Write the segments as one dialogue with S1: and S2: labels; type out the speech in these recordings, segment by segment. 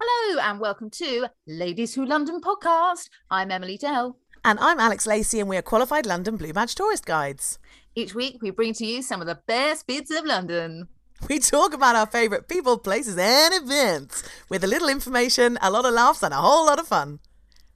S1: Hello and welcome to Ladies Who London podcast. I'm Emily Dell.
S2: And I'm Alex Lacey, and we are qualified London Blue Badge tourist guides.
S1: Each week we bring to you some of the best bits of London.
S2: We talk about our favourite people, places, and events with a little information, a lot of laughs, and a whole lot of fun.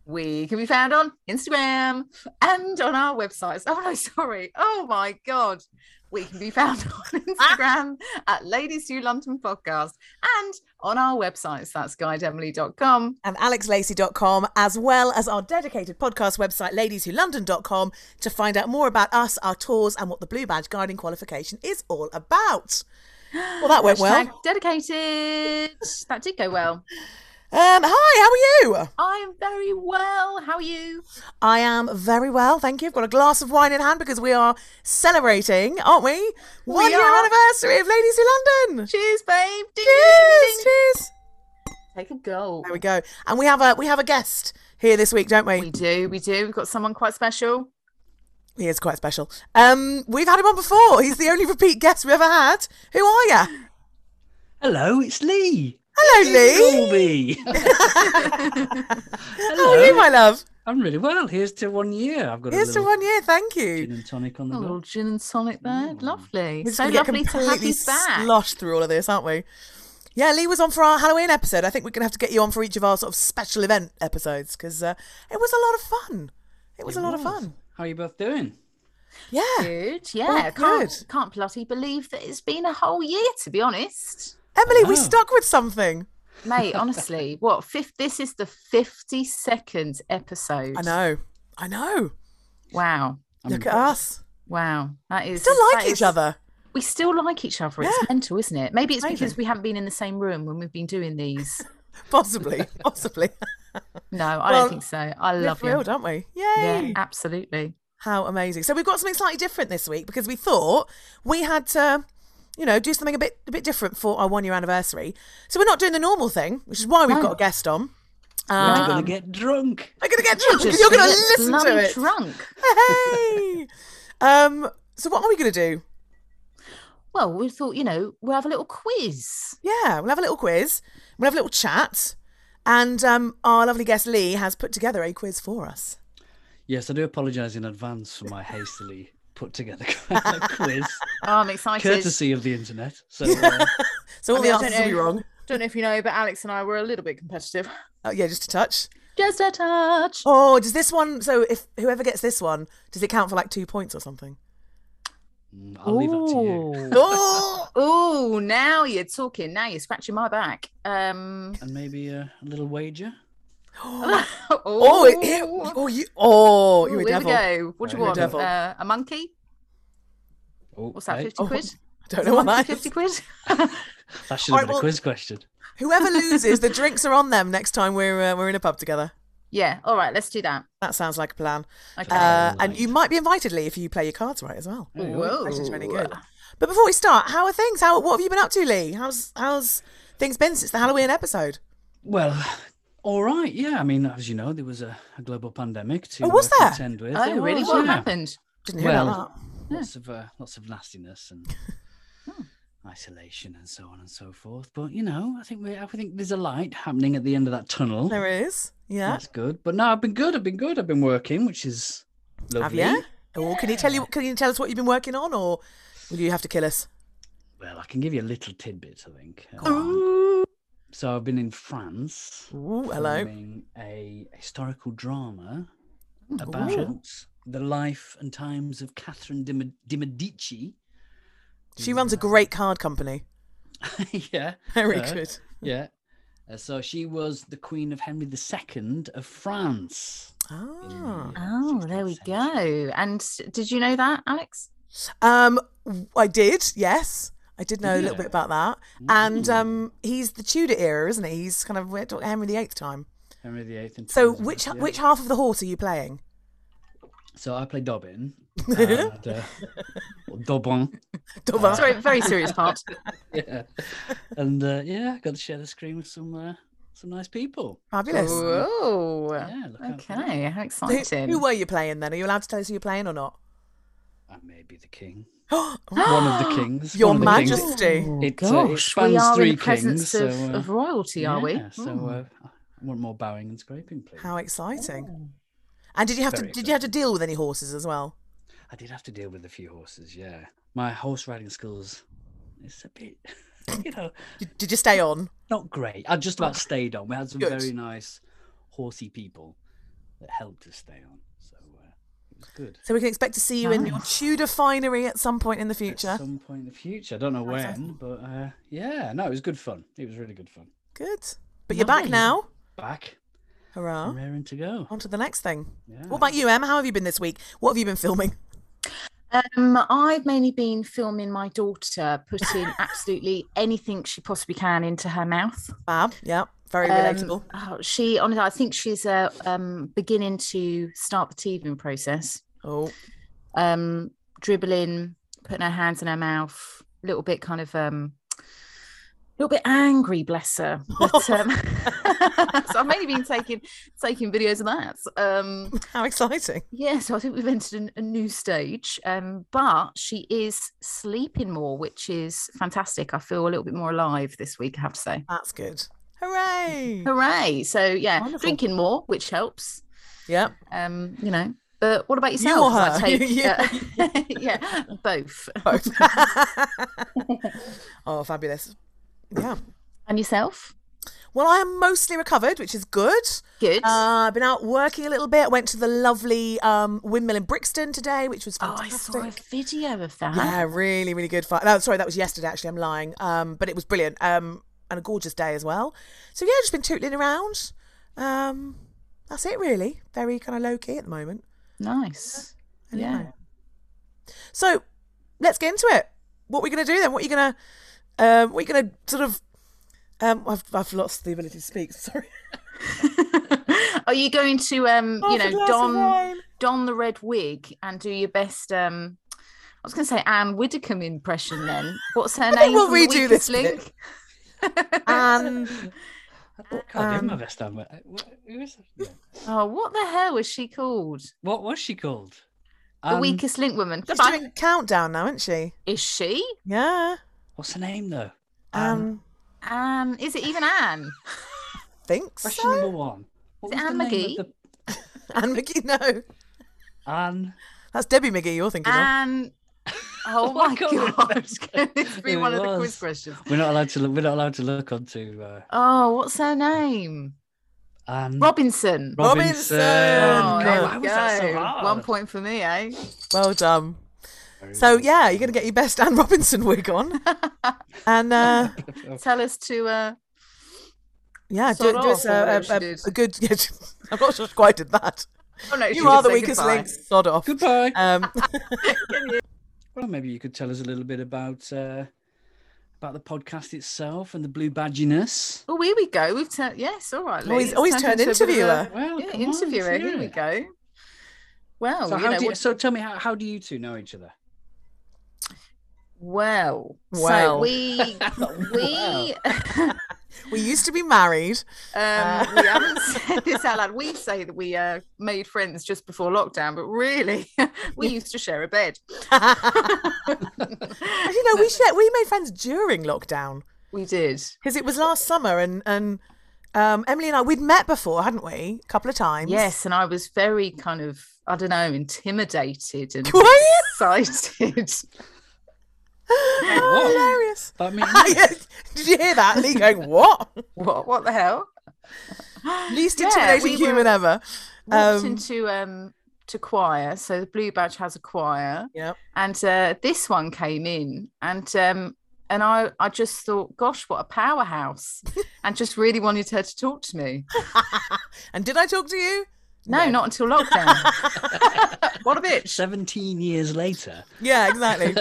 S1: We can be found on Instagram and on our websites. Oh no, sorry. Oh my god. We can be found on Instagram at Ladies Who London podcast and on our websites. That's guideemily.com.
S2: And alexlacey.com, as well as our dedicated podcast website, ladieswholondon.com, to find out more about us, our tours, and what the Blue Badge guiding qualification is all about. Well, that went well.
S1: Hashtag dedicated. That did go well.
S2: Um, hi, how are you?
S1: I'm very well. How are you?
S2: I am very well, thank you. I've got a glass of wine in hand because we are celebrating, aren't we? One year
S1: are.
S2: anniversary of Ladies Who London.
S1: Cheers, babe. Ding, ding, ding,
S2: Cheers,
S1: ding.
S2: cheers.
S1: Take a go.
S2: There we go. And we have a we have a guest here this week, don't we?
S1: We do, we do. We've got someone quite special.
S2: He is quite special. Um, we've had him on before. He's the only repeat guest we ever had. Who are you?
S3: Hello, it's Lee.
S2: Hello, Lee.
S3: Colby.
S2: How are Oh, you,
S3: Hello.
S2: my love?
S3: I'm really well. Here's to one year. I've got
S2: Here's
S3: a
S2: to
S3: little
S2: one year. Thank
S3: gin
S2: you.
S3: and tonic on the
S1: A little
S3: go.
S1: Oh, gin and tonic there. Lovely.
S2: We're Mm-hmm. Mm. just
S1: so
S2: gonna get
S1: lovely to have
S2: completely
S1: you back.
S2: sloshed through all of this, aren't we? Yeah, Lee was on for our Halloween episode. I think we're going to have to get you on for each of our sort of special event episodes because uh, it was a lot of fun. It was a lot of fun.
S3: How are you both doing?
S2: Yeah.
S1: Good. Yeah. can't
S2: Oh, good.
S1: can't bloody believe that it's been a whole year to be honest.
S2: Emily, we
S3: know.
S2: stuck with something.
S1: Mate, honestly, what fifth this is the fifty second episode.
S2: I know. I know.
S1: Wow.
S2: Look at us.
S1: Wow. That is
S2: Still like
S1: that
S2: each
S1: is-
S2: other.
S1: We still like each other. It's
S2: Yeah.
S1: mental, isn't it? Maybe it's because
S2: Amazing.
S1: we haven't been in the same room when we've been doing these.
S2: Possibly. Possibly.
S1: No, I
S2: Well,
S1: don't think so. I
S2: We're
S1: love you.
S2: thrilled, aren't we? Yay.
S1: Yeah, absolutely.
S2: How amazing! So we've got something slightly different this week because we thought we had to, you know, do something a bit a bit different for our one year anniversary. So we're not doing the normal thing, which is why we've
S1: No.
S2: got a guest on.
S3: I'm
S2: Um,
S3: gonna get drunk.
S2: I'm gonna get drunk.
S1: Just
S2: You're gonna
S1: get
S2: listen to
S1: bloody
S2: it.
S1: drunk.
S2: Hey. um. So what are we gonna do?
S1: Well, we thought, you know, we'll have a little quiz.
S2: Yeah, we'll have a little quiz. We'll have a little chat, and um, our lovely guest Lee has put together a quiz for us.
S3: Yes, I do apologise in advance for my hastily put together quiz,
S1: Oh, I'm excited.
S3: courtesy of the internet. So uh,
S2: So all
S1: mean, I don't
S2: the answers will be
S1: know.
S2: wrong.
S1: Don't know if you know, but Alex and I were a little bit competitive.
S2: Oh, yeah, just a touch.
S1: Just a touch.
S2: Oh, does this one? So if whoever gets this one, does it count for like two points or something?
S3: mm, I'll leave that to you.
S2: Oh.
S1: Oh, now you're talking. Now you're scratching my back. Um.
S3: And maybe uh, a little wager.
S1: Oh,
S2: Oh, it, it- oh, you, oh,
S1: Ooh,
S2: you're a
S1: here
S2: devil.
S1: we go. What do you
S3: You're a
S1: want?
S2: devil.
S1: Uh, a monkey?
S3: Oh,
S1: What's that?
S3: right.
S1: Fifty quid?
S2: I don't know what that is.
S1: Fifty quid?
S3: That should have
S2: Alright,
S3: been
S2: well-
S3: a quiz question.
S2: Whoever loses, the drinks are on them next time we're uh, we're in a pub together.
S1: yeah. All right. Let's do that.
S2: That sounds like a plan.
S1: Okay.
S2: Uh, and
S3: Right.
S2: you might be invited, Lee, if you play your cards right as well.
S1: Whoa.
S2: Question's really good. But before we start, how are things? How what have you been up to, Lee? How's how's things been since the Halloween episode?
S3: Well, all right, yeah. I mean, as you know, there was a, a global pandemic to
S2: Oh, was
S3: uh,
S2: there?
S3: contend with.
S1: Oh,
S3: There
S1: really?
S3: was,
S1: What
S3: yeah.
S1: happened?
S2: Didn't hear
S3: Well,
S2: about
S1: Hmm.
S3: lots of uh, lots of nastiness and isolation and so on and so forth. But you know, I think we, I think there's a light happening at the end of that tunnel.
S2: There is. Yeah.
S3: That's good. But no, I've been good. I've been good. I've been working, which is
S2: Have
S3: lovely.
S2: you? Or can you tell you? Can you tell us what you've been working on, or will you have to kill us?
S3: Well, I can give you little tidbits. I think. Um, So I've been in France.
S2: Ooh, hello.
S3: filming a historical drama about the life and times of Catherine de, Me- de Medici.
S2: She runs a great card company.
S3: yeah.
S2: Very
S3: her,
S2: good.
S3: Yeah. Uh, so she was the queen of Henry II of France. in the,
S2: Ah.
S3: uh,
S1: Oh, there we
S3: 16th century.
S1: go. And s- did you know that, Alex?
S2: Um, I did. Yes, I did know a little
S3: you?
S2: bit about that.
S3: Mm.
S2: And um, he's the Tudor era, isn't he? He's kind of we're talking Henry VIII time.
S3: Henry VIII. And
S2: So
S3: times of
S2: which
S3: it, yeah.
S2: which half of the horse are you playing?
S3: So I play Dobbin. and, uh, or Dobbin.
S2: Dover.
S1: Sorry, very serious part.
S3: Yeah. And uh, yeah, got to share the screen with some uh, some nice people.
S2: Fabulous.
S1: Oh,
S3: Yeah, look out for that.
S1: okay. How
S2: So who-
S1: exciting!
S2: who were you playing then? Are you allowed to tell us who you're playing or not?
S3: I may be the king. one of the kings.
S2: Your
S3: one of the kings.
S2: Majesty.
S1: Oh,
S3: It, uh, it
S1: gosh, we
S3: spans
S1: are
S3: three
S1: in the presence
S3: kings,
S1: of,
S3: so, uh,
S1: of royalty, are we?
S3: Yeah, So
S1: Hmm.
S3: uh, I want more bowing and scraping, please.
S2: How exciting! And did you have to
S3: Very
S2: did you have to deal with any horses as well?
S3: I did have to deal with a few horses. Yeah, my horse riding skills. It's a bit, you know,
S2: Did, did you stay on?
S3: not great. I just about stayed on. We had some
S2: Good.
S3: very nice horsey people that helped us stay on. So uh, it was good.
S2: So we can expect to see you in your Tudor finery at some point in the future.
S3: At some point in the future, I don't know when, but uh, yeah, no, it was good fun. It was really good fun.
S2: Good. But you're back
S1: Nice.
S2: now.
S3: Back,
S2: Hurrah!
S3: raring to
S1: Oh,
S3: go.
S2: On to the next thing.
S3: Yeah.
S1: Mm.
S2: What about you, Em? How have you been this week? What have you been filming?
S1: Um, I've mainly been filming my daughter putting absolutely anything she possibly can into her mouth.
S2: Fab. Yeah. Very
S1: Um,
S2: relatable.
S1: oh, she honestly, I think she's uh, um, beginning to start the teething process.
S2: Oh,
S1: Um, dribbling, putting her hands in her mouth, a little bit kind of um, a little bit angry, bless her. But, um, so I've mainly been taking taking videos of that. Um,
S2: how exciting.
S1: yeah, so I think we've entered an- a new stage, um, but she is sleeping more, which is fantastic. I feel a little bit more alive this week, I have to say.
S2: That's good. Hooray.
S1: Hooray! So yeah,
S2: Wonderful.
S1: drinking more, which helps.
S2: Yep.
S1: Um, you know, but what about
S2: You
S1: yourself?
S2: or
S1: 'Cause I
S2: her?
S1: take,
S2: You-
S1: uh, yeah, both.
S2: Both. oh, fabulous. Yeah.
S1: And yourself?
S2: Well, I am mostly recovered, which is good.
S1: Good.
S2: Uh, I've been out working a little bit. Went to the lovely um, windmill in Brixton today, which was
S1: oh, I
S2: fantastic.
S1: saw a video of that.
S2: Yeah, really, really good fun. No, sorry, that was yesterday. Actually, I'm lying. Um, but it was brilliant. Um, and a gorgeous day as well. So yeah, just been tootling around. Um, that's it really. Very kind of low key at the moment.
S1: Nice. Yeah.
S2: So let's get into it. What we're gonna do then? What are you gonna? Um, what are you gonna sort of? Um, I've I've lost the ability to speak. Sorry.
S1: Are you going to um, you
S2: Half
S1: know,
S2: a glass of
S1: don
S2: wine.
S1: don the red wig and do your best um I was gonna say Anne Widdicombe impression then. What's her name?
S2: we'll
S1: from the
S2: redo
S1: Weakest
S2: this bit.
S1: link?
S2: And
S3: I can't
S1: um,
S3: do my best. I'm, uh, what- who is it?
S1: Oh, what the hell was she called?
S3: What was she called?
S1: The
S3: Um,
S1: weakest link woman.
S2: she's
S1: Goodbye.
S2: doing a countdown now, isn't she?
S1: Is she?
S2: Yeah.
S3: What's her name though?
S2: Um,
S1: Anne is it even Anne?
S2: thinks.
S3: Question
S2: So?
S3: number one. What
S1: Is it
S3: was
S1: Anne
S3: the name
S1: McGee?
S3: of
S2: Anne McGee. No,
S3: the- Anne.
S2: that's Debbie McGee. You're thinking of.
S1: Anne Oh my
S3: God.
S1: god. it's been
S3: It
S1: one of the quiz
S3: was.
S1: questions.
S3: We're not allowed to. Look, we're not allowed to look onto uh,
S1: Oh, what's her name? Mm.
S3: Anne
S1: Robinson.
S2: Robinson.
S3: Robinson.
S1: Oh,
S2: God,
S1: there
S3: why
S1: we
S3: was that so
S1: go.
S3: hard?
S1: One point for me, eh?
S2: Well done.
S3: Very
S2: So
S3: well.
S2: yeah, you're gonna get your best Anne Robinson wig on, and uh,
S1: Tell us to uh
S2: yeah, do,
S1: Sod
S2: do
S1: off
S2: us
S1: or
S2: a,
S1: whatever she
S2: a, a,
S1: did.
S2: a good. Yeah, I'm not sure she quite did that.
S1: Oh no, she
S2: You are
S1: did
S2: the
S1: say
S2: weakest
S1: goodbye.
S2: link. Sod off.
S3: Goodbye.
S2: Um,
S3: well, maybe you could tell us a little bit about uh, about the podcast itself and the blue badginess.
S1: Oh, here we go. We've turned yes, all right. Lou.
S2: Always-
S1: It's
S2: always
S1: turned
S2: turn
S1: into a bit of a-
S2: interviewer.
S3: Well,
S1: yeah,
S3: Oh, come on,
S1: interviewer.
S3: let's
S1: Here
S3: hear
S1: we
S3: it.
S1: go. Well,
S3: So,
S1: you
S3: how
S1: know,
S3: do you,
S1: what-
S3: so tell me, how, how do you two know each other?
S1: well, so
S2: Well.
S1: we we
S3: Wow.
S2: We used to be married.
S1: Um, we haven't said this out loud. We say that we uh, made friends just before lockdown, but really, we used to share a bed.
S2: And, you know, we share, we made friends during lockdown
S1: We did.
S2: because it was last summer, and and um, Emily and I we'd met before, hadn't we? A couple of times.
S1: Yes, and I was very kind of, I don't know, intimidated and
S2: Were you?
S1: excited.
S2: Oh, hilarious.
S3: I mean,
S2: Yes. Did you hear that? Lee going, what?
S1: what? What the hell?
S2: Least
S1: Yeah,
S2: intimidating
S1: we
S2: human
S1: were-
S2: ever.
S1: Walked
S2: Um,
S1: into um to choir. So the Blue Badge has a choir.
S2: Yep.
S1: and uh, this one came in and um and I, I just thought, gosh, what a powerhouse. and just really wanted her to talk to me.
S2: And did I talk to you?
S1: No, not until lockdown. what a bitch.
S3: 17 years later.
S2: Yeah, exactly.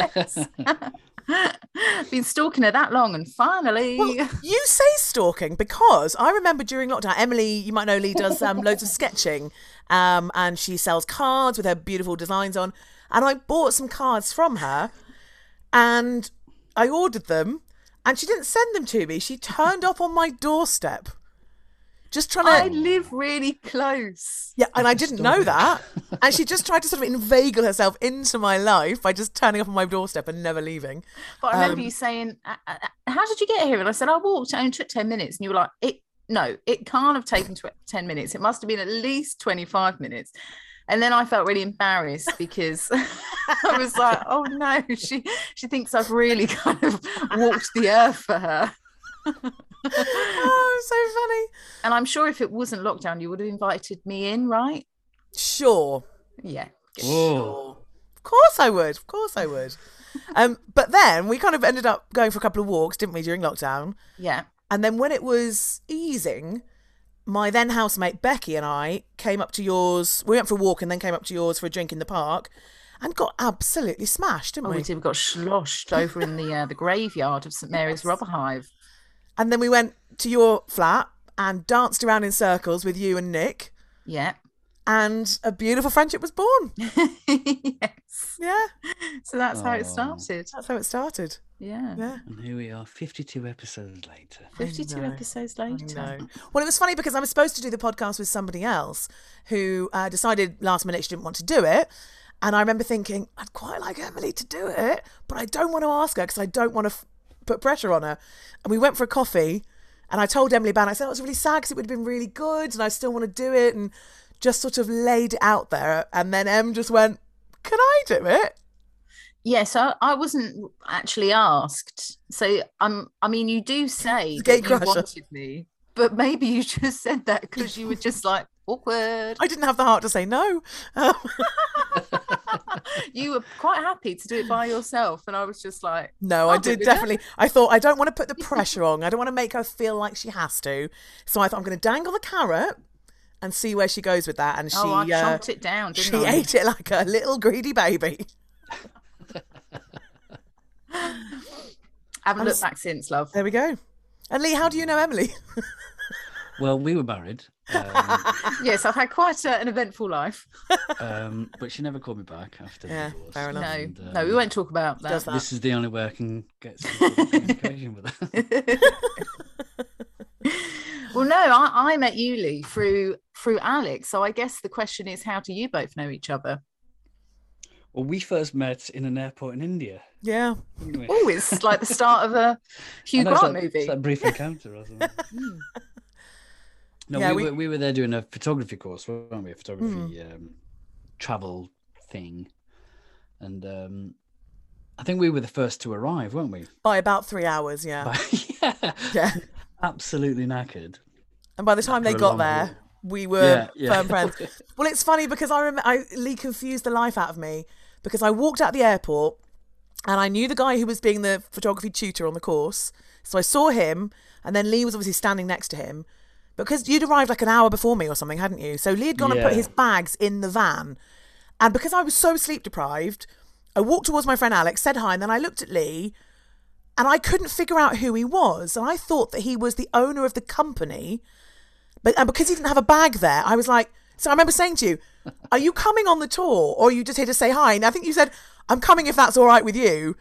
S1: Been stalking her that long and finally.
S2: Well, you say stalking because I remember during lockdown, Emily, you might know Lee, does um, loads of sketching um, and she sells cards with her beautiful designs on. And I bought some cards from her and I ordered them and she didn't send them to me. She turned up on my doorstep. Just trying to.
S1: I live really close.
S2: Yeah, and I didn't know that. And she just tried to sort of inveigle herself into my life by just turning up on my doorstep and never leaving.
S1: But I remember you saying, "Uh, uh, uh, how did you get here? And I said, I walked and it took 10 minutes. And you were like, it, no, it can't have taken tw- 10 minutes. It must have been at least 25 minutes. And then I felt really embarrassed because I was like, oh no, she, she thinks I've really kind of walked the earth for her.
S2: Oh, so funny.
S1: And I'm sure if it wasn't lockdown, you would have invited me in, right?
S2: Sure.
S1: Yeah.
S3: Whoa.
S2: Of course I would. Of course I would. Um, but then we kind of ended up going for a couple of walks, didn't we, during lockdown?
S1: Yeah.
S2: And then when it was easing, my then housemate Becky and I came up to yours. We went for a walk and then came up to yours for a drink in the park and got absolutely smashed, didn't
S1: Oh, we
S2: we?
S1: did. We got sloshed over in the uh, the graveyard of St Mary's Rubber Hive.
S2: And then we went to your flat and danced around in circles with you and Nick,
S1: Yeah.
S2: and a beautiful friendship was born.
S1: yes.
S2: Yeah,
S1: So that's how it
S3: Oh.
S1: started.
S2: that's how it started.
S1: Yeah.
S2: Yeah.
S3: And here we are, 52 episodes later.
S1: 52 episodes later.
S2: Well, it was funny because I was supposed to do the podcast with somebody else who uh, decided last minute she didn't want to do it. And I remember thinking, I'd quite like Emily to do it, but I don't want to ask her because I don't want to f- put pressure on her. And we went for a coffee and I told Emily about it. I said, oh, it's really sad because it would have been really good and I still want to do it. And just sort of laid it out there. And then Em just went, Can I do it?
S1: Yes, I, I wasn't actually asked. So um, I mean, you do say that
S2: Gate
S1: you
S2: crusher.
S1: wanted me, but maybe you just said that because you were just like awkward.
S2: I didn't have the heart to say no. Um,
S1: You were quite happy to do it by yourself, and I was just like,
S2: No,
S1: I'll
S2: I
S1: do
S2: did
S1: it, yeah.
S2: definitely. I thought I don't want to put the pressure on. I don't want to make her feel like she has to. So I thought I'm going to dangle the carrot and see where she goes with that. And she,
S1: "Oh, I
S2: uh,
S1: chomped it down, didn't
S2: she
S1: I?"
S2: ate it like a little greedy baby.
S1: Haven't looked back since, love.
S2: There we go. And Lee, how do you know Emily?
S1: Mm.
S3: Well, we were married, um,
S1: yes, I've had quite uh, an eventful life.
S3: um, but she never called me back after
S2: Yeah,
S3: the divorce.
S2: fair enough.
S1: No,
S3: And,
S1: no, we
S3: um,
S1: won't talk about that.
S2: Does that.
S3: This is the only way I can get some sort of communication with her.
S1: Well, no, I, I met you, Lee, through through Alex. So I guess the question is, how do you both know each other?
S3: Well, we first met in an airport in India.
S2: Yeah.
S3: didn't we?
S1: Oh, it's like the start of a Hugh
S3: I know, it's
S1: Grant
S3: like-
S1: movie. Hmm.
S3: It's like brief encounter or something. No,
S2: Yeah,
S3: we,
S2: we-
S3: Were, we were there doing a photography course, weren't we? A photography
S1: Hmm.
S3: um, travel thing. And um, I think we were the first to arrive, weren't we?
S2: By about three hours, yeah.
S3: yeah.
S2: Yeah.
S3: Absolutely knackered.
S2: And by the time they
S3: for a
S2: got
S3: long
S2: there,
S3: walk.
S2: we were
S3: Yeah, yeah.
S2: firm friends. well, it's funny because I remember I, Lee confused the life out of me because I walked out the airport and I knew the guy who was being the photography tutor on the course. So I saw him, and then Lee was obviously standing next to him because you'd arrived like an hour before me or something, hadn't you? So Lee had gone and put
S3: Yeah.
S2: his bags in the van. And because I was so sleep deprived, I walked towards my friend Alex, said hi, and then I looked at Lee and I couldn't figure out who he was. And I thought that he was the owner of the company. But and because he didn't have a bag there, I was like, so I remember saying to you, Are you coming on the tour or are you just here to say hi? And I think you said, I'm coming if that's all right with you.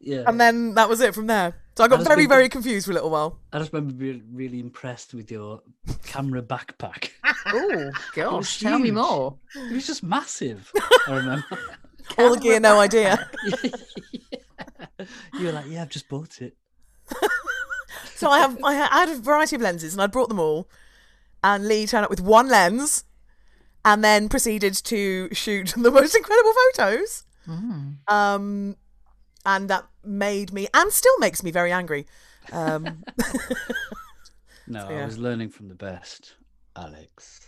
S3: Yeah.
S2: And then that was it from there. So I got
S3: That's
S2: very,
S3: big-
S2: very confused for a little while.
S3: I just remember being really impressed with your camera backpack.
S1: Oh gosh, tell me
S3: huge.
S1: more.
S3: It was just massive. I remember.
S2: All gear, no idea.
S3: You were like, yeah, I've just bought it.
S2: So I have I ha- I had a variety of lenses and I brought them all. And Lee turned up with one lens and then proceeded to shoot the most incredible photos.
S1: Mm.
S2: Um and that made me and still makes me very angry. Um
S3: No, I
S2: yeah.
S3: was learning from the best, Alex.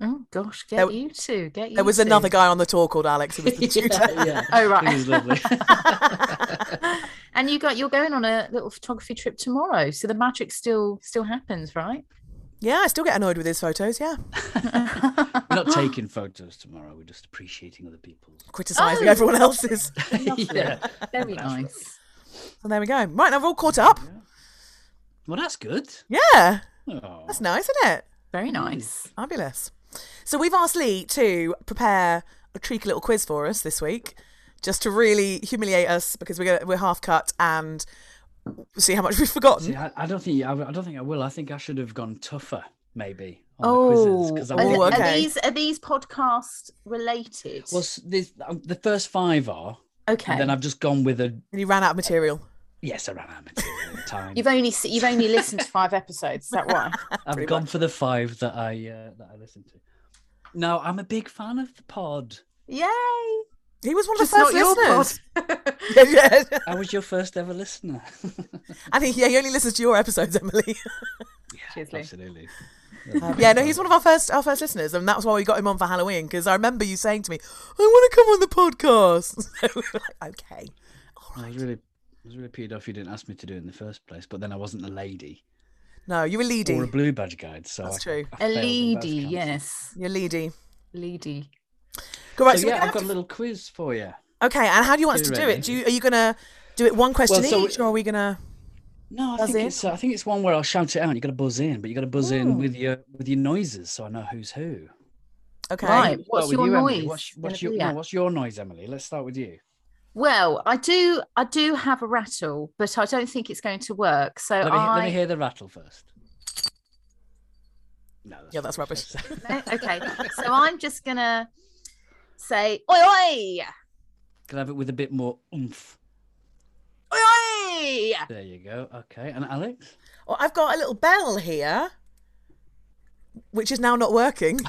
S1: Oh gosh, get
S2: There-
S1: you two. Get you.
S2: there was
S1: two.
S2: another guy on the tour called Alex who was the tutor.
S3: yeah, yeah.
S1: Oh, right.
S3: It was lovely.
S1: And you got you're going on a little photography trip tomorrow, so the magic still still happens, right?
S2: Yeah, I still get annoyed with his photos, yeah.
S3: We're not taking photos tomorrow. We're just appreciating other people's.
S2: Criticising
S1: Oh.
S2: everyone else's.
S3: yeah.
S1: Very nice.
S2: So there we go. Right, now we're all caught up.
S3: Well, that's good.
S2: Yeah.
S3: Oh,
S2: That's nice, isn't it?
S3: Mm.
S1: Very nice.
S2: Fabulous. So we've asked Lee to prepare a cheeky little quiz for us this week, just to really humiliate us because we're gonna, we're half cut and see how much we've forgotten.
S3: see, I, I don't think I, I don't think I will. I think I should have gone tougher, maybe. On the quizzes,
S1: Oh,
S3: 'cause I
S1: are,
S3: wasn't-
S2: Oh,
S1: th- are
S2: okay.
S1: these are these podcast related?
S3: Well, s- this- um, the first five are,
S1: okay.
S3: and then I've just gone with a
S2: And you ran out of material.
S3: yes. I ran out of material at the time.
S1: You've only se- you've only listened to five episodes. Is that why?
S3: I've gone for the five that I uh, that I listened to. No, I'm a big fan of the pod.
S1: Yay!
S2: He was one of
S1: Just
S2: the
S1: not
S2: first
S1: your
S2: listeners.
S1: pod.
S2: Yeah, yeah.
S3: I was your first ever listener.
S2: And he, yeah, he only listens to your episodes, Emily.
S1: Cheers, Lou.
S3: Absolutely.
S2: Um, yeah, no, he's one of our first our first listeners, and that's why we got him on for Halloween. Because I remember you saying to me, "I want to come on the podcast." So we were like, "Okay."
S3: I was really, I was really peed off you didn't ask me to do it in the first place. But then I wasn't a lady
S2: No, you're a
S3: or a
S2: leady.
S3: blue badge guide, so
S2: That's
S3: I-
S2: true.
S3: I
S1: A
S3: failed in both
S1: lady,
S3: camps.
S1: yes,
S2: You're a leady.
S1: lady.
S2: Go right.
S3: So,
S2: so we're
S3: yeah,
S2: gonna
S3: I've
S2: have
S3: got a
S2: to
S3: little quiz for you.
S2: Okay, and how do you want us
S3: Get
S2: to
S3: it
S2: do
S3: ready.
S2: it? Do you, are you gonna do it one question
S3: so-
S2: each, or are we gonna?
S3: No, I
S2: Buzz
S3: think
S2: in?
S3: it's uh, I think it's one where I'll shout it out. and You got to buzz in, but you got to buzz in with your with your noises, so I know who's who.
S2: Okay,
S1: Right.
S3: Start
S1: What's
S3: with
S1: your
S3: you, Emily.
S1: noise?
S3: What's,
S1: gonna
S3: what's your
S1: be
S3: no,
S1: at?
S3: what's your noise, Emily? Let's start with you.
S1: Well, I do I do have a rattle, but I don't think it's going to work. So
S3: Let me,
S1: I
S3: let me hear the rattle first. No,
S2: Yeah, that's rubbish.
S1: No? okay. so I'm just gonna say oi oi
S3: Can I have it with a bit more oomph.
S1: oi oi.
S3: There you go. Okay, and Alex.
S2: Well, I've got a little bell here, which is now not working.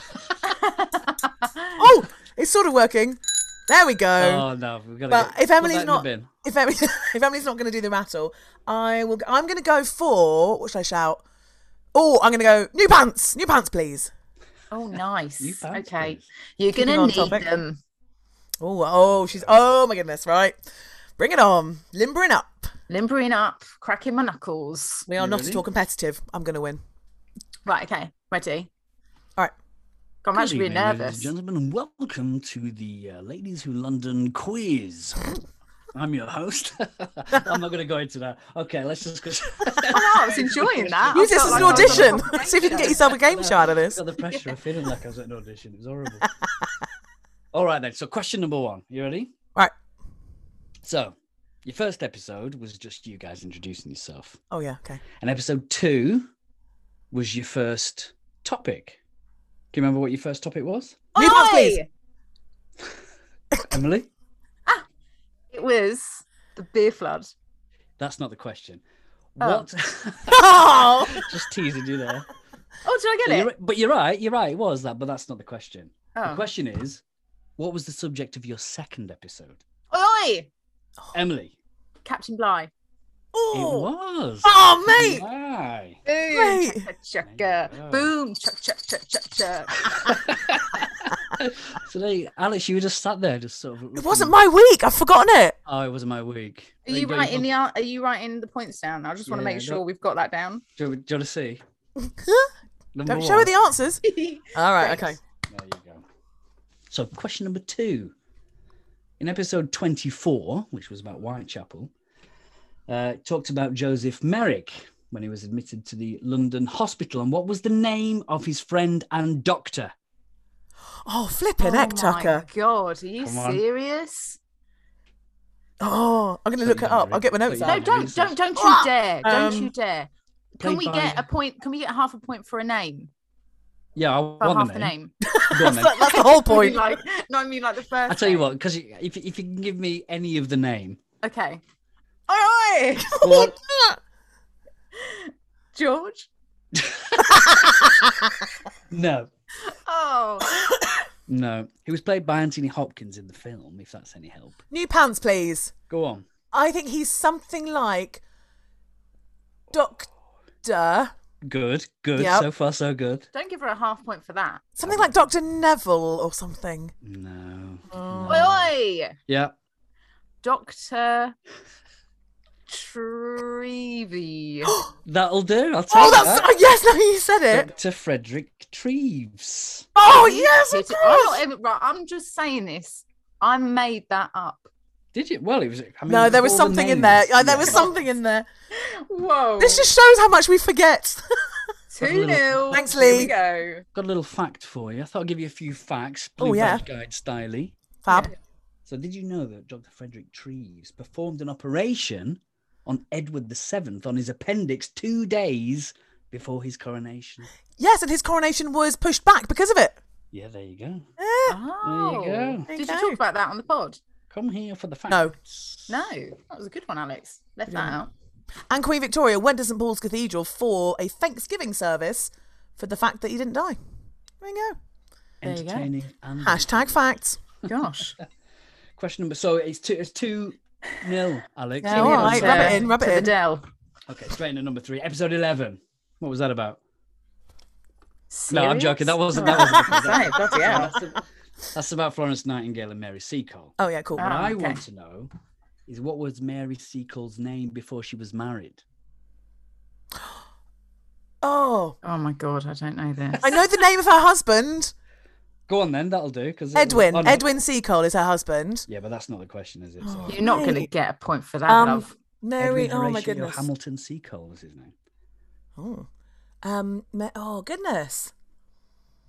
S2: oh, it's sort of working. There we go.
S3: Oh no, we've got to.
S2: but
S3: get,
S2: if
S3: put
S2: Emily's
S3: that in the
S2: not,
S3: bin.
S2: if, Emily, if Emily's not going to do the rattle, I will. I'm going to go for what should I shout? Oh, I'm going to go new pants, new pants, please.
S1: Oh nice.
S3: New pants,
S1: okay.
S3: please.
S1: You're
S2: Keeping
S1: gonna
S2: on
S1: need
S2: topic.
S1: them.
S2: Oh, oh, she's. Oh my goodness, right. Bring it on, limbering up.
S1: Limbering up, cracking my knuckles.
S2: We are
S3: You
S2: not
S3: ready?
S2: at all competitive. I'm going to win.
S1: Right, okay, ready.
S2: All right.
S1: God, I'm
S3: Good
S1: actually really
S3: evening, ladies and
S1: nervous.
S3: gentlemen, and welcome to the uh, Ladies Who London quiz. I'm your host. I'm not going to go into that. Okay, let's just go.
S1: Oh, no, I was enjoying that. I
S2: Use this
S1: felt
S2: as an
S1: like I was on a
S2: audition. See if you can get yourself a game show out of this.
S3: got the pressure of feeling like I was at an audition. It was horrible. All right, then. So, question number one. You ready?
S2: Right.
S3: So, your first episode was just you guys introducing yourself,
S2: Oh yeah. Okay.
S3: and episode two was your first topic. Do you remember what your first topic was,
S2: New pants, please.
S1: Oi!
S3: Emily?
S1: It was the beer flood.
S3: That's not the question.
S1: Oh.
S3: What?
S2: Oh.
S3: Just teasing you there.
S1: Oh, did I
S3: But
S1: get it?
S3: you're, but you're right. You're right. It was that, but that's not the question. The
S1: Oh.
S3: question is, what was the subject of your second episode,
S1: Oi, oi!
S3: Emily?
S1: Captain Bly.
S3: It
S2: Oh.
S3: was.
S2: Oh mate.
S3: Why?
S1: Boom,
S2: Right.
S1: chugga, chugga.
S3: There you go.
S1: Boom, chuck, chuck, chuck, chuck, chuck.
S3: so there, you- Alex, you were just sat there, just sort of.
S2: It
S3: looking-
S2: wasn't my week. I've forgotten it.
S3: Oh, it wasn't my week.
S1: Are you writing the ar- are you writing the points down? I just want to
S3: Yeah,
S1: make
S3: that-
S1: sure we've got that down.
S3: Do you, do you want to see? Number
S2: Don't show her
S3: one.
S2: the answers.
S1: Oh
S2: All right. Okay.
S3: There you go. So, question number two. In episode 24, which was about Whitechapel, uh, it talked about Joseph Merrick when he was admitted to the London hospital. And what was the name of his friend and doctor?
S2: Oh flipping
S1: oh
S2: heck, Tucker.
S1: My God, are you
S3: Come on.
S1: serious?
S2: Oh, I'm going to look it up. I'll get my notes
S3: Please.
S1: No,
S2: out.
S1: don't,
S3: research.
S1: don't, don't you
S2: Ah!
S1: dare! Don't
S2: Um,
S1: you dare! Can
S3: played
S1: we
S3: by-
S1: get a point? Can we get half a point for a name?
S3: Yeah, I
S1: For
S3: want
S1: half
S3: the
S1: the
S3: name.
S1: name.
S3: Go on, then.
S2: That- That's the whole point.
S1: I mean, like, no, I mean like the first.
S3: I'll tell you
S1: name.
S3: what, because if, if you can give me any of the name,
S1: Okay. All right,
S3: or
S1: George.
S3: no,
S1: Oh,
S3: no, he was played by Anthony Hopkins in the film. If that's any help,
S2: New pants, please.
S3: go on.
S2: I think he's something like Doctor,
S3: Good, good.
S2: Yep.
S3: So far, so good.
S1: don't give her a half point for that.
S2: something like Doctor Neville or something.
S3: No.
S2: Oh.
S1: Oi, oi.
S3: Yeah.
S1: Doctor Trevi.
S3: That'll do. I'll take
S2: Oh, that's
S3: that.
S2: oh, yes. No, you said it.
S3: Dr. Frederick Treves.
S2: Oh, yes, of
S1: Hit it. I'm not
S2: course.
S1: even- right, I'm just saying this. I made that up.
S3: Did you? Well, it was. I mean,
S2: No, there was
S3: all the
S2: something in there.
S3: names.
S2: Yeah, there
S3: Yeah.
S2: was something in there.
S1: Whoa.
S2: This just shows how much we forget.
S1: Two nil.
S2: Thanks, Lee.
S1: Here we go.
S3: Got a little fact for you. I thought I'd give you a few facts.
S2: Oh,
S3: Blue
S2: yeah.
S3: Badge Guide styley.
S2: Fab.
S3: So, did you know that Dr. Frederick Treves performed an operation on Edward VII on his appendix two days before his coronation?
S2: Yes, and his coronation was pushed back because of it.
S3: Yeah, there you go.
S1: Oh.
S3: go.
S2: There
S1: Did
S2: you
S1: you
S2: go.
S1: talk about that on the pod?
S3: Come here for the
S2: No.
S3: facts.
S1: No. That was a good one, Alex. Left that out.
S2: And Queen Victoria went to St Paul's Cathedral for a Thanksgiving service for the fact that he didn't die. There you
S1: There you go.
S3: Entertaining and
S2: go. Hashtag facts.
S1: Gosh.
S3: question number. So it's two. It's two nil, Alex.
S2: Yeah,
S1: Oh,
S2: all right, rub it in, rub it
S1: to the
S2: in.
S1: Dell.
S3: Okay, straight into number three, episode eleven. What was that about? No, I'm joking. That wasn't. That wasn't. the-
S1: Right, bloody hell.
S3: That's, that's about Florence Nightingale and Mary Seacole.
S2: Oh yeah, cool.
S3: What
S1: Ah,
S3: I
S1: okay.
S3: want to know is what was Mary Seacole's name before she was married?
S2: Oh,
S1: Oh my god, I don't know this.
S2: I know the name of her husband,
S3: Go on then, that'll do. Because
S2: Edwin. Edwin Oh, Seacole is her husband.
S3: Yeah, but that's not the question, is it? So.
S1: You're not going to get a point for that,
S2: Um,
S1: love.
S2: Mary.
S3: Edwin
S2: Oh my
S3: Horatio
S2: goodness.
S3: Hamilton Seacole was his name.
S2: Oh. Um. Ma- Oh goodness.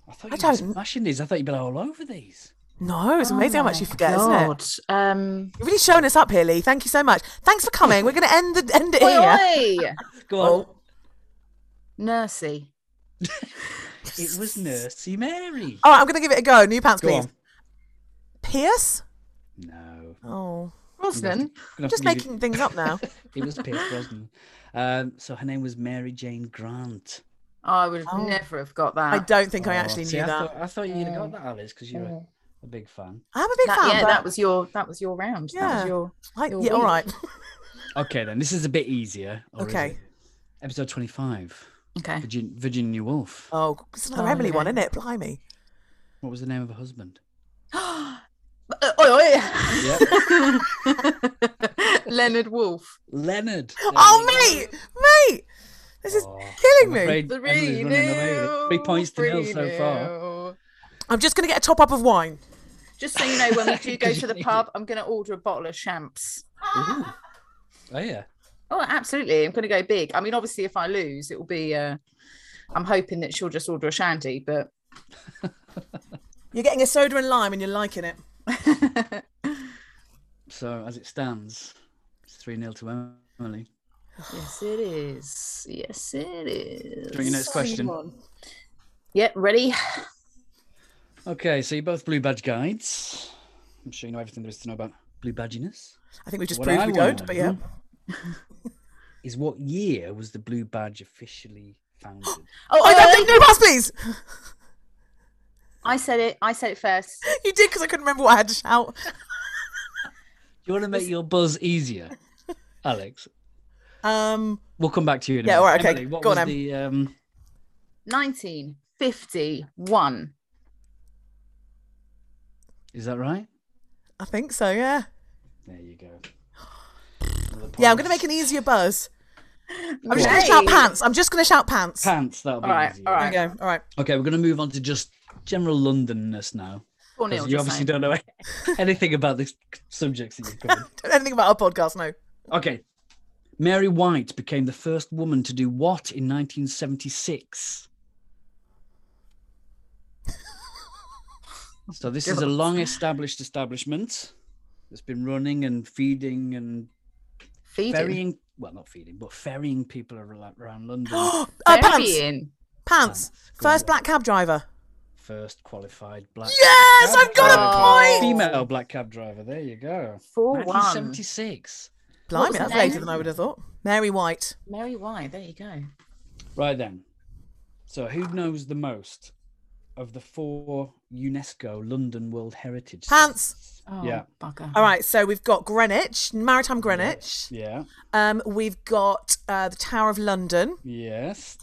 S3: I thought
S2: I
S3: you were
S2: don't-
S3: smashing these. I thought you'd been all over these.
S2: No,
S3: Oh
S2: it's amazing how much you forget, isn't it?
S1: Oh God. Um,
S2: You're really showing us up here, Lee. Thank you so much. Thanks for coming. We're going to end the end it
S1: oi,
S2: here.
S1: oi.
S3: Go on.
S2: Oh.
S1: Nursey.
S3: It was Nursey Mary.
S2: All right, I'm going to give it a go. New pants,
S3: Go
S2: please.
S3: on.
S2: Pierce.
S3: No.
S2: Oh,
S1: Brosnan.
S3: Gonna have
S2: just
S3: to give you-
S2: making things up now.
S3: It was Pierce Brosnan. Um, so her name was Mary Jane Grant.
S1: I would have
S2: Oh.
S1: never have got that.
S2: I don't think I
S3: Oh,
S2: actually
S3: see,
S2: knew
S3: I
S2: that.
S3: Thought, I thought you'd have got that, Alice, because you're a, a big fan.
S2: I'm a big
S1: That-
S2: fan.
S1: yeah,
S2: but
S1: that was your that was your round. That
S2: Yeah.
S1: was your
S2: like,
S1: your
S2: yeah, all
S1: week.
S2: right.
S3: Okay, then this is a bit easier. or is
S2: Okay.
S3: it? Episode twenty-five.
S1: okay.
S3: Virgin, Virginia Woolf.
S2: Oh, it's another
S1: Oh,
S2: Emily one,
S1: okay.
S2: isn't it? Blimey.
S3: What was the name of her husband?
S1: Uh, oi, oi.
S3: Yeah,
S1: Leonard Wolf.
S3: Leonard.
S2: Oh, mate, mate, this is
S3: Oh,
S2: killing me.
S3: Three, three points to nil so far.
S2: I'm just going to get a top up of wine.
S1: Just so you know, when we do go
S3: 'Cause
S1: to
S3: you
S1: the
S3: need
S1: pub, I'm going to order a bottle of champs.
S3: Ooh. Oh yeah.
S1: Oh, absolutely. I'm going to go big. I mean, obviously, if I lose, it will be. Uh, I'm hoping that she'll just order a shandy, but
S2: You're getting a soda and lime, and you're liking it.
S3: So as it stands, it's three 0 to Emily.
S1: yes, it is. Yes, it is.
S3: During your next question.
S1: Yep, ready.
S3: Okay, so you're both blue badge guides. I'm sure you know everything there is to know about blue badginess.
S2: I think we just
S3: What
S2: proved
S3: I
S2: we
S3: wanna
S2: don't, but yeah.
S3: know Is what year was the blue badge officially founded?
S1: Oh,
S2: I don't
S1: oi,
S2: think new pass, please.
S1: I said it. I said it first.
S2: You did because I couldn't remember what I had to shout.
S3: Do you want to make your buzz easier, Alex?
S2: Um,
S3: We'll come back to you. In a
S2: Yeah,
S3: minute.
S2: all right, okay,
S3: Emily, what
S2: go on,
S3: was
S2: Em.
S3: the um,
S1: 1951.
S3: Is that right?
S2: I think so. Yeah.
S3: There you go. Another
S2: Yeah, I'm going to
S3: point.
S2: make an easier buzz. I'm just going
S1: Right.
S2: to shout pants. I'm just going to shout pants.
S3: pants. That'll be
S1: All right,
S3: easier.
S1: all
S2: There
S1: right.
S2: you go. All right.
S3: Okay, we're going to move on to just general Londonness now.
S1: 4
S3: Because
S1: nil.
S3: you obviously don't know anything about the subjects that you've covered.
S2: Don't know anything about our podcast, no.
S3: Okay. Mary White became the first woman to do what in 1976? so this is a long established establishment. that's been running and feeding and
S1: Feeding.
S3: ferrying, well, not feeding, but ferrying people ar- around London.
S2: oh, pants.
S1: Ferrying.
S2: Pants. First black cab driver.
S3: First qualified black.
S2: Yes,
S3: cab
S2: I've got a
S3: driver.
S2: point!
S3: Female black cab driver. There you go.
S1: Oh. Four one.
S3: 1976.
S1: was
S2: Blimey,
S1: her
S2: that's
S1: name?
S2: later than I would have thought. Mary White.
S1: Mary White. There you go.
S3: Right then. So, who knows the most of the four UNESCO London World Heritage? Sites?
S2: Pants.
S1: Oh,
S3: Yeah.
S1: bugger.
S2: All right, so we've got Greenwich, Maritime Greenwich.
S3: Yeah.
S2: Um, we've got uh, the Tower of London,
S3: Yes.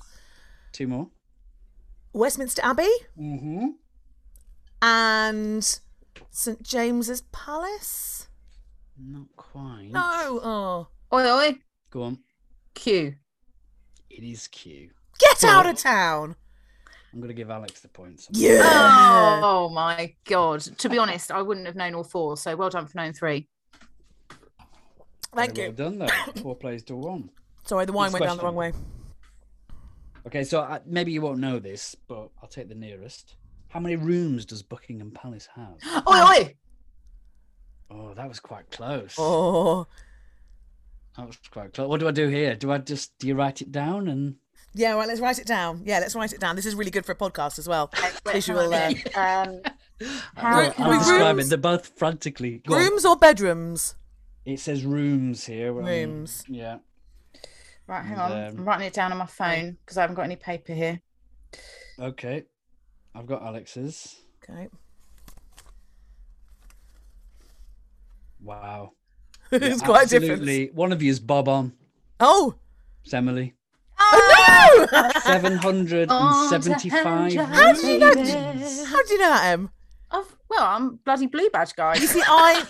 S3: Two more.
S2: Westminster Abbey,
S3: Mm-hmm.
S2: and St James's Palace.
S3: Not quite.
S2: No, oh,
S1: Oi, oi.
S3: Go on.
S1: Q.
S3: It is Q.
S2: get out of town!
S3: I'm going to give Alex the points.
S2: Yeah.
S1: Oh, oh my god. To be honest, I wouldn't have known all four, so well done for knowing three.
S3: Very
S2: Thank you.
S3: Well done, though. Four plays to one.
S2: Sorry, the wine
S3: Next
S2: went down the wrong way.
S3: question. Okay, so I, maybe you won't know this, but I'll take the nearest. How many rooms does Buckingham Palace have?
S1: Oi, oi.
S3: Oh, that was quite close.
S2: Oh,
S3: That was quite close. What do I do here? Do I just do you write it down and
S2: yeah. Right, let's write it down. Yeah, let's write it down. This is really good for a podcast as well.
S1: Um, Wait, hang on
S2: Visual.
S1: a
S2: Uh,
S1: minute. Um, how,
S3: I'll I'll
S2: rooms-
S3: describe it. They're both frantically. Go on.
S2: rooms or bedrooms?
S3: It says rooms here. well, I mean,
S2: Rooms.
S3: yeah.
S1: right, hang on.
S3: and,
S1: I'm
S3: um,
S1: writing it down on my phone because I haven't got any paper here.
S3: Okay. I've got Alex's.
S2: Okay.
S3: Wow.
S2: it's quite different.
S3: Absolutely. One of you is Bob on.
S2: Oh,
S3: It's Emily.
S2: oh no!
S1: Oh,
S3: 775
S2: How
S3: rooms.
S2: do you know? How do you know that, Em?
S1: I've, well, I'm bloody blue badge guy.
S2: You see, I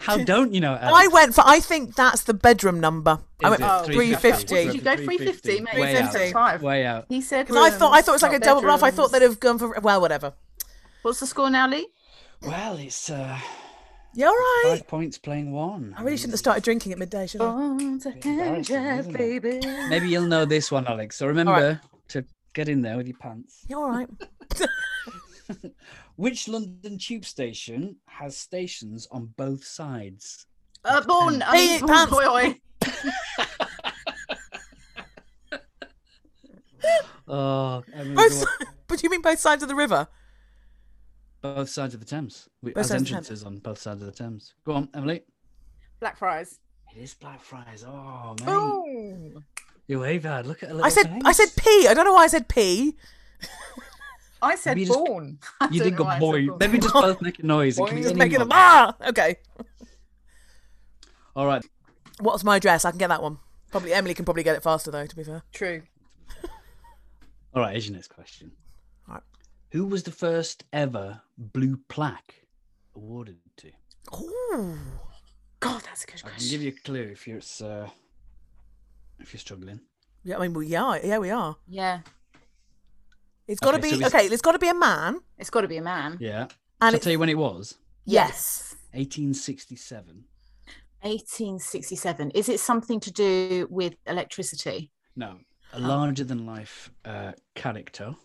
S3: How don't you know?
S2: I
S3: Alex?
S2: went for. I think that's the bedroom number. I
S3: Is
S2: went
S3: it
S2: for three
S3: 350?
S1: Did
S2: fifty.
S1: you go 350, mate?
S3: Way out.
S1: 375.
S3: Way out.
S1: He said.
S2: Because I thought I thought it was like a
S1: rooms,
S2: double bluff. I
S1: bedrooms.
S2: thought they'd have gone for well, whatever.
S1: What's the score now, Lee?
S3: Well, it's uh,
S2: Yeah, all right.
S3: five points playing one.
S2: I really shouldn't have started drinking at midday, should I?
S1: Born to
S3: embarrassing,
S1: Angels,
S3: isn't it?
S1: baby.
S3: Maybe you'll know this one, Alex. So remember to get in there with your pants.
S2: Yeah, all right.
S3: Which London tube station has stations on both sides?
S1: Uh, born. I
S2: Hey,
S1: mean,
S2: pants.
S1: oi, oi.
S3: Oh, Emily,
S2: Both,
S3: go on.
S2: si- but do you mean both sides of the river?
S3: both sides of the Thames. We,
S2: Both
S3: as
S2: sides of the Thames.
S3: entrances on both sides of the Thames. Go on, Emily.
S1: Blackfriars.
S3: It is Blackfriars. Oh, mate.
S1: Boom.
S3: You're way bad. Look at a little
S2: I said I said P. I don't know why I said P.
S1: I said
S3: Maybe you just-
S1: born. I
S3: You
S1: don't
S3: did
S1: know
S3: go
S1: why I said
S3: boy.
S1: born.
S3: Maybe just both make a noise. It
S1: Boing.
S3: can be
S2: Just
S3: any
S2: making a
S3: one.
S2: ah. Okay.
S3: All right.
S2: What's my address? I can get that one. Probably Emily can probably get it faster though. To be fair.
S1: True.
S3: All right. Here's your next question.
S2: Right.
S3: Who was the first ever blue plaque awarded to?
S2: Ooh.
S1: God, that's a good
S3: I
S1: question.
S3: can give you a clue if you're it's, uh, if you're struggling.
S2: Yeah, I mean, we yeah, yeah, we are.
S1: Yeah,
S2: It's got to
S3: Okay, so
S2: be
S3: it's-
S2: okay. It's got to be a man.
S1: it's got to be a man.
S3: Yeah.
S2: And
S3: I'll
S2: it's-
S3: tell you when it was.
S1: Yes.
S3: 1867.
S1: 1867. Is it something to do with electricity?
S3: No, a larger than life uh, character,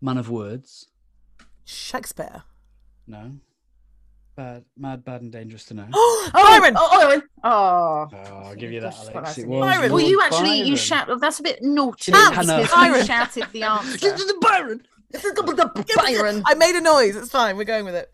S3: man of words.
S2: Shakespeare.
S3: No, bad, mad, bad, and dangerous to know.
S2: Oh, Byron.
S1: Oh, oh, oh.
S3: Oh,
S1: oh.
S3: I'll give you that,
S1: Gosh,
S3: Alex. It
S1: that's-
S3: was
S2: Byron.
S1: Well,
S3: Lord
S1: you actually you
S3: Byron.
S1: shout. That's a bit naughty.
S3: Hannah.
S1: because you
S2: Byron.
S1: shouted the answer.
S3: This is Byron.
S1: Byron.
S2: I made a noise. It's fine. We're going with it.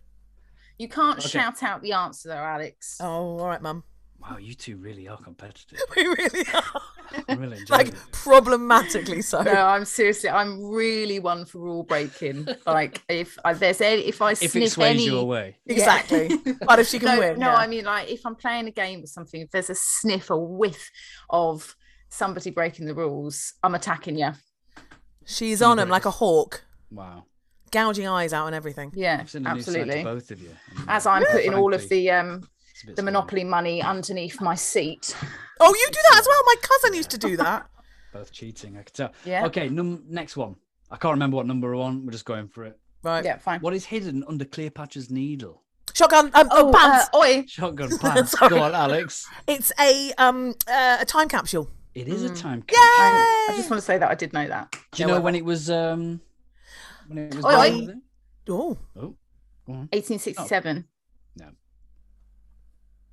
S1: You can't
S3: Okay.
S1: shout out the answer though, Alex.
S2: Oh, all right, mum.
S3: Wow, you two really are competitive.
S2: We really are
S3: I'm really enjoying
S2: like
S3: it.
S2: problematically so.
S1: No, I'm seriously. I'm really one for rule breaking. like if I, there's any, if I
S3: If it
S1: sniff
S3: sways
S1: any
S3: you away,
S2: Exactly. But if she can
S1: no,
S2: win,
S1: No,
S2: yeah.
S1: I mean like if I'm playing a game or something, if there's a sniff or whiff of somebody breaking the rules, I'm attacking you.
S2: She's on him like a hawk,
S3: wow.
S2: gouging eyes out and everything.
S1: Yeah,
S3: I've seen a new side
S1: absolutely.
S3: to both of you. and,
S1: As
S3: uh,
S1: I'm putting all of
S3: frankly,
S1: the um
S3: it's a bit
S1: the
S3: scary.
S1: monopoly money underneath my seat.
S2: Oh, you do that as well. My cousin used to do that.
S3: both cheating. I can tell.
S1: Yeah.
S3: Okay, num- next one. I can't remember what number one. We're just going for it.
S2: Right.
S1: Yeah, fine.
S3: What is hidden under Cleopatra's needle?
S2: Shotgun. Um, oh,
S1: Oh,
S2: pants.
S1: uh, oi!
S3: Shotgun pants.
S2: Sorry.
S3: Go on, Alex.
S2: it's a um uh, a time capsule.
S3: It is a time.
S2: Yeah.
S3: capsule.
S1: I just want to say that I did know that.
S3: Do you know when it was? Um, when it was
S1: Oi, oi.
S3: born, was it?
S2: Oh,
S3: Oh, go on.
S1: 1867.
S3: No.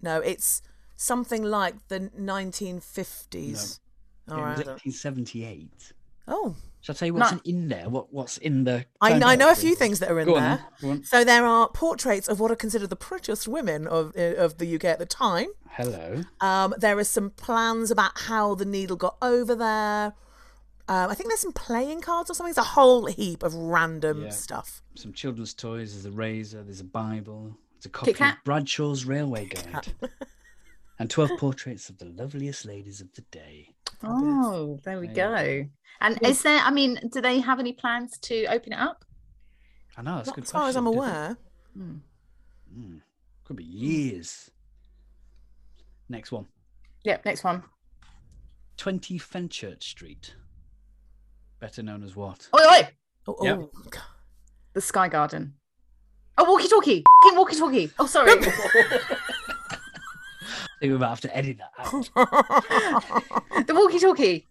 S2: No, it's something like the 1950s.
S3: It
S2: All right.
S3: was
S2: I don't-
S3: 1878.
S2: Oh,
S3: Shall I tell you what's
S1: No.
S3: in there? What what's in the?
S2: I,
S3: phone
S2: I know a
S3: book?
S2: few things that are in
S3: Go on
S2: there.
S3: then, go on.
S2: So there are portraits of what are considered the prettiest women of uh, of the UK at the time.
S3: Hello.
S2: Um, there are some plans about how the needle got over there. Um, I think there's some playing cards or something. It's a whole heap of random
S3: Yeah.
S2: stuff.
S3: Some children's toys. There's a razor. There's a Bible. There's a copy of
S1: Kat.
S3: Bradshaw's Railway Guide. and 12 portraits of the loveliest ladies of the day.
S1: Oh, there we
S3: There
S1: go. And is there, I mean, do they have any plans to open it up?
S3: I know, that's a good
S2: As far as I'm
S3: question. Do they-
S2: aware,
S3: Could be years. Next one.
S1: Yep, next one.
S3: 20 Fenchurch Street. Better known as what?
S1: Oi, oi,
S2: oh,
S3: Yep.
S2: oh, God.
S1: the Sky Garden. Oh, walkie talkie, walkie talkie. Oh, sorry.
S3: I think we might have to edit that out.
S2: oh.
S1: the walkie talkie.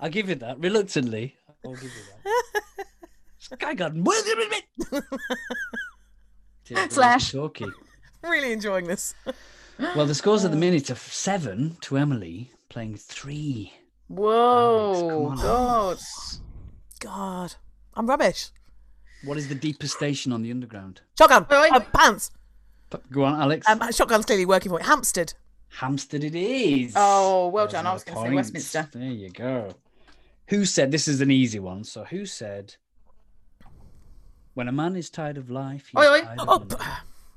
S3: I'll give you that, reluctantly. I'll give you that. Sky Garden. Where's the admit? It is the
S1: Slash.
S3: walkie-talkie.
S2: really enjoying this.
S3: Well, the scores at the minute are seven to Emily, playing three.
S1: Whoa,
S3: Alex, come
S1: God.
S2: God, I'm rubbish.
S3: What is the deepest station on the underground?
S2: Shotgun.
S1: Wait, wait.
S2: Oh, pants.
S3: P- Go on, Alex.
S2: Um, shotgun's clearly working for it. Hampstead.
S3: Hampstead it is.
S1: Oh, well
S3: There's
S1: done. I
S3: another
S1: was gonna say
S3: point.
S1: Westminster.
S3: There you go. Who said this is an easy one? So who said when a man is tired of life? He's
S1: Oi, oi.
S3: Tired
S2: Oh,
S3: of money."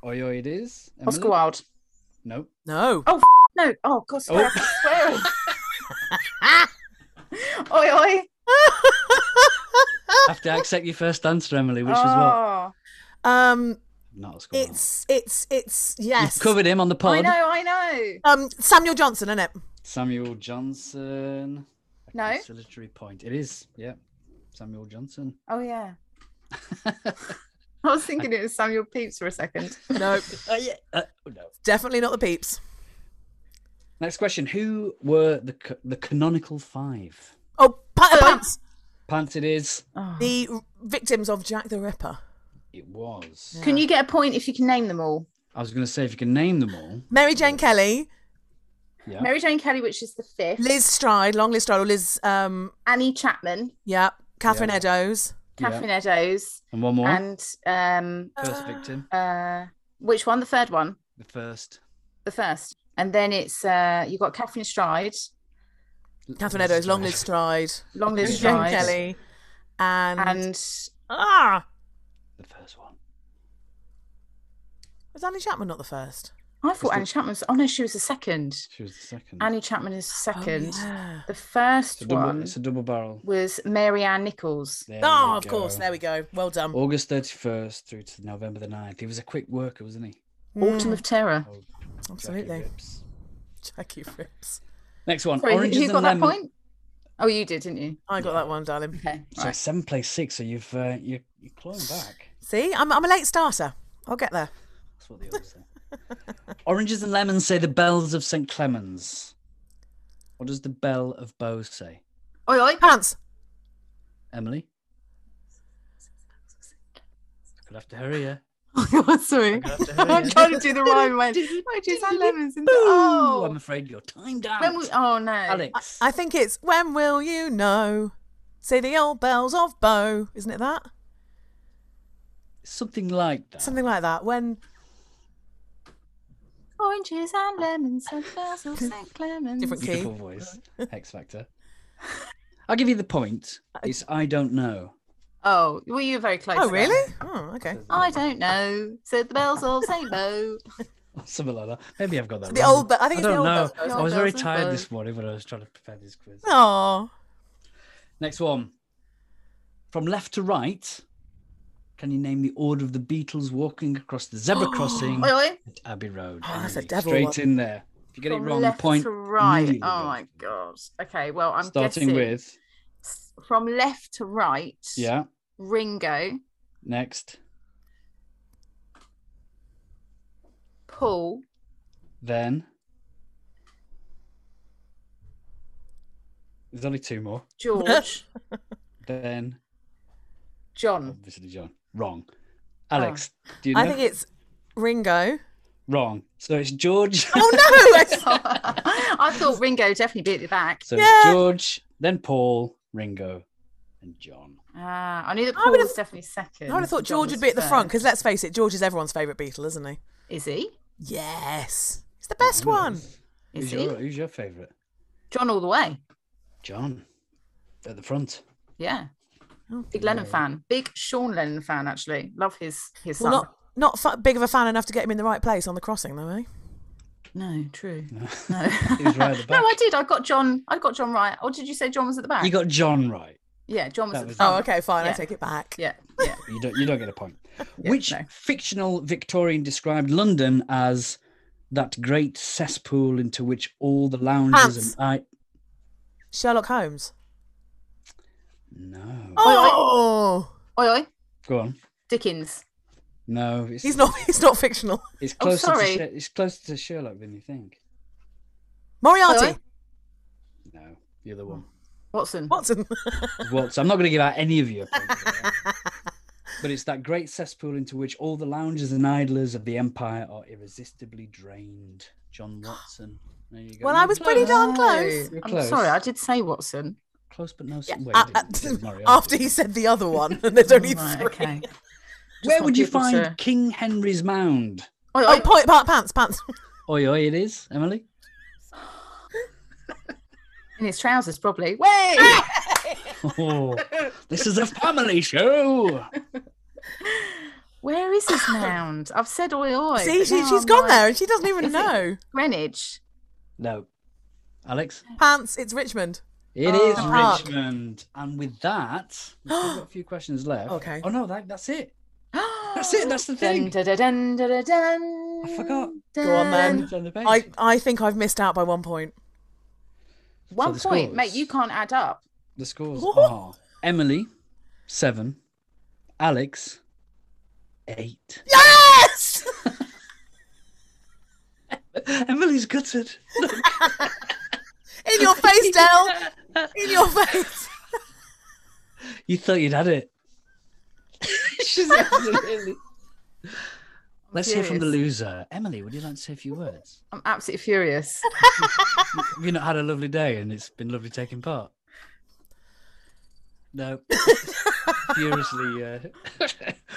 S3: oi, oi, it is.
S1: Oscar
S3: Emily?
S1: Wilde.
S3: No.
S2: no.
S1: Oh, f- no. Oh, God, swear. swear. oi, oi.
S3: Have to accept your first answer, Emily, which was
S1: Oh,
S2: Um,
S3: what? Not Oscar. Wilde.
S2: it's it's it's
S3: You've
S2: yes.
S3: covered him on the
S1: I
S3: pod.
S1: know, I know.
S2: Um, Samuel Johnson, isn't it?
S3: Samuel Johnson. A
S1: No.
S3: Conciliatory point. It is. Yeah. Samuel Johnson.
S1: Oh, yeah. I was thinking it was Samuel Pepys for a second.
S2: No,
S1: Oh,
S3: Uh, yeah. Uh, no.
S2: definitely not the peeps.
S3: Next question. Who were the ca- the canonical five?
S2: Oh, pa- pants.
S3: Pants it is.
S2: The victims of Jack the Ripper.
S3: It was.
S1: Can you get a point if you can name them all?
S3: I was going to say if you can name them all.
S2: Mary Jane Kelly,
S3: Yeah.
S1: Mary Jane Kelly, which is the fifth.
S2: Liz Stride, long Liz Stride, or Liz, um,
S1: Annie Chapman,
S2: yeah, Catherine Eddowes,
S3: Yeah.
S1: Catherine Eddowes,
S3: And one more.
S1: and um,
S3: first victim.
S1: uh, which one? The third one,
S3: The first.
S1: the first. And then it's uh, you got Catherine Stride,
S2: Catherine Eddowes, long Liz Stride,
S1: Long Liz
S2: Mary Jane
S1: Stride,
S2: Kelly, and,
S1: and
S2: ah,
S3: The first one.
S2: was Annie Chapman not the first?
S1: I thought Annie Chapman's. Oh no, she was the second.
S3: She was the second.
S1: Annie Chapman is the second.
S2: Oh, yeah.
S1: The
S3: it's,
S1: first
S3: a double,
S1: one
S3: it's a double barrel.
S1: was Mary Ann Nichols.
S3: There
S2: Oh,
S3: we
S2: of course.
S3: go.
S2: There we go. Well done.
S3: August 31st through to November the 9th. He was a quick worker, wasn't he?
S1: Autumn of Terror.
S3: Oh, Jackie
S2: Mm, Absolutely.
S3: Rips.
S2: Jackie Rips.
S3: Next one.
S1: Sorry, who-
S3: Oranges
S1: who got
S3: and
S1: that
S3: lemon.
S1: point? Oh, you did, didn't you?
S2: I got that one, darling.
S1: Okay.
S3: So seven plays six, so you've uh, you're, you're clawing back.
S2: See, I'm, I'm a late starter. I'll get there.
S3: That's what they always say. Oranges and lemons say the bells of St. Clemens. What does the bell of Bow say?
S1: Oi, oi.
S2: Pants.
S3: Emily? I'll have to hurry you.
S1: Oh, God, sorry.
S3: I'll have to hurry
S1: I'm
S3: you.
S1: trying to do the rhyme when oranges and lemons in the
S3: Oh, I'm
S1: oh.
S3: afraid you're timed out.
S1: When we, oh no.
S3: Alex.
S2: I think it's when will you know? Say the old bells of Bow, isn't it that?
S3: Something like that.
S2: Something like that. When
S1: Oranges and lemons and bells of St. Clemens.
S2: different key.
S3: Beautiful voice. X Factor. I'll give you the point. It's I don't know.
S1: Oh, well, you were very close. to
S2: Oh,
S1: that.
S2: really? Oh, okay.
S1: I don't know. Said the bells of St. Bo.
S3: Something like that. Maybe I've got that.
S2: The
S3: wrong.
S2: old be- I think it's the
S3: don't
S2: old
S3: know.
S2: bells of Bow.
S3: I was very
S1: Bells of
S3: tired
S1: Bow.
S3: this morning when I was trying to prepare this quiz.
S2: Oh,
S3: Next one. From left to right, can you name the order of the Beatles walking across the zebra crossing
S1: Oi, oi.
S3: at Abbey Road?
S2: Oh, that's a
S3: Emily,
S2: devil
S3: Straight
S2: one.
S3: in there. If you get
S1: From
S3: it wrong,
S1: left
S3: point.
S1: to right.
S3: immediately
S1: Oh
S3: goes.
S1: my god. Okay, well, I'm
S3: Starting
S1: guessing
S3: with,
S1: s- from left to right.
S3: yeah,
S1: Ringo,
S3: next,
S1: Paul,
S3: then. There's only two more.
S1: George,
S3: Then
S1: John.
S3: obviously John. Wrong. Alex, do you know?
S2: I think it's Ringo,
S3: Wrong. So it's George.
S2: Oh no! It's-
S1: I thought Ringo definitely beat the back.
S3: so it's
S2: Yeah.
S3: George, then Paul, Ringo, and John.
S1: Ah, I knew that
S2: I
S1: Paul
S2: would've-
S1: was definitely second.
S2: I would have thought
S1: John
S2: George
S1: was
S2: would be at the
S1: third.
S2: front because let's face it, George is everyone's favourite Beatle, isn't he?
S1: Is he?
S2: Yes, he's the best one.
S1: Is
S3: Who's
S1: he?
S3: your, who's your favourite?
S1: John all the way.
S3: John. At the front.
S1: Yeah. Big Lennon fan. Big Sean Lennon fan, actually. Love his his son.
S2: Well, not not fa- big of a fan enough to get him in the right place on the crossing, though, eh?
S1: No, true. No.
S3: He was right at the
S1: no,
S3: back.
S1: I did. I got John. I got John right. Or did you say John was at the back?
S3: You got John right.
S1: yeah, John was
S3: That
S1: at the
S3: was-
S1: front.
S2: Oh, okay, fine. I
S1: Yeah.
S2: take it back.
S1: Yeah, yeah.
S3: You don't you don't get a point. Which
S1: no.
S3: fictional Victorian described London as that great cesspool into which all the lounges
S2: Hans.
S3: and I
S2: Sherlock Holmes.
S3: no.
S2: Oh,
S1: Oi, oi.
S3: Go on.
S1: Dickens.
S3: No, it's
S2: he's not. He's not fictional.
S3: it's
S1: Oh,
S3: closer to
S1: sorry.
S3: Sher- it's closer to Sherlock than you think.
S2: Moriarty.
S1: Oi, oi.
S3: No, the other one.
S1: Watson.
S2: Watson.
S3: Well, so I'm not going to give out any of you. a point for that. but it's that great cesspool into which all the loungers and idlers of the empire are irresistibly drained. John Watson. There you go.
S2: well, I
S3: You're
S2: was
S3: close.
S2: pretty darn
S1: No.
S2: close.
S3: You're
S1: I'm
S3: close.
S1: sorry, I did say Watson.
S3: Close, but no. Wait,
S2: Uh,
S3: you
S2: uh,
S3: didn't. You said Moriarty.
S2: after he said the other one, and there's only
S1: Right,
S2: three.
S1: okay.
S3: Where
S1: want
S3: would you
S1: people
S3: find
S1: to-
S3: King Henry's Mound?
S1: Oi,
S2: Oh,
S1: oi.
S2: point, part, pants, pants.
S3: Oi, oi, it is, Emily.
S1: In his trousers, probably. Way!
S3: Oh, this is a family show.
S1: Where is his mound? I've said oi, oi.
S2: See,
S1: but
S2: she,
S1: now
S2: she's
S1: I'm
S2: gone
S1: like,
S2: there, and she doesn't even
S1: Is it-
S2: know.
S1: Greenwich.
S3: No. Alex,
S2: Pants. It's Richmond.
S3: It
S1: Oh.
S3: is
S1: The
S2: park.
S3: Richmond. And with that, we've still got a few questions left.
S2: Okay.
S3: Oh, no, that, that's it. That's it. That's the
S1: Dun,
S3: thing.
S1: dun, dun, dun, dun, dun, dun,
S3: I forgot.
S2: Go on, then.
S3: It's on the page.
S2: I, I think I've missed out by one point.
S1: One
S3: So the
S1: point, mate.
S3: scores.
S1: You can't add up.
S3: The scores
S2: What?
S3: are Emily, seven, Alex, eight.
S2: Yes.
S3: Emily's gutted.
S2: In your face, Dell. In your face.
S3: You thought you'd had it. She's absolutely. Let's hear from the loser. Emily, would you like to say a few words?
S1: I'm absolutely furious.
S3: Have you not had a lovely day and it's been lovely taking part? No. Furiously. Uh,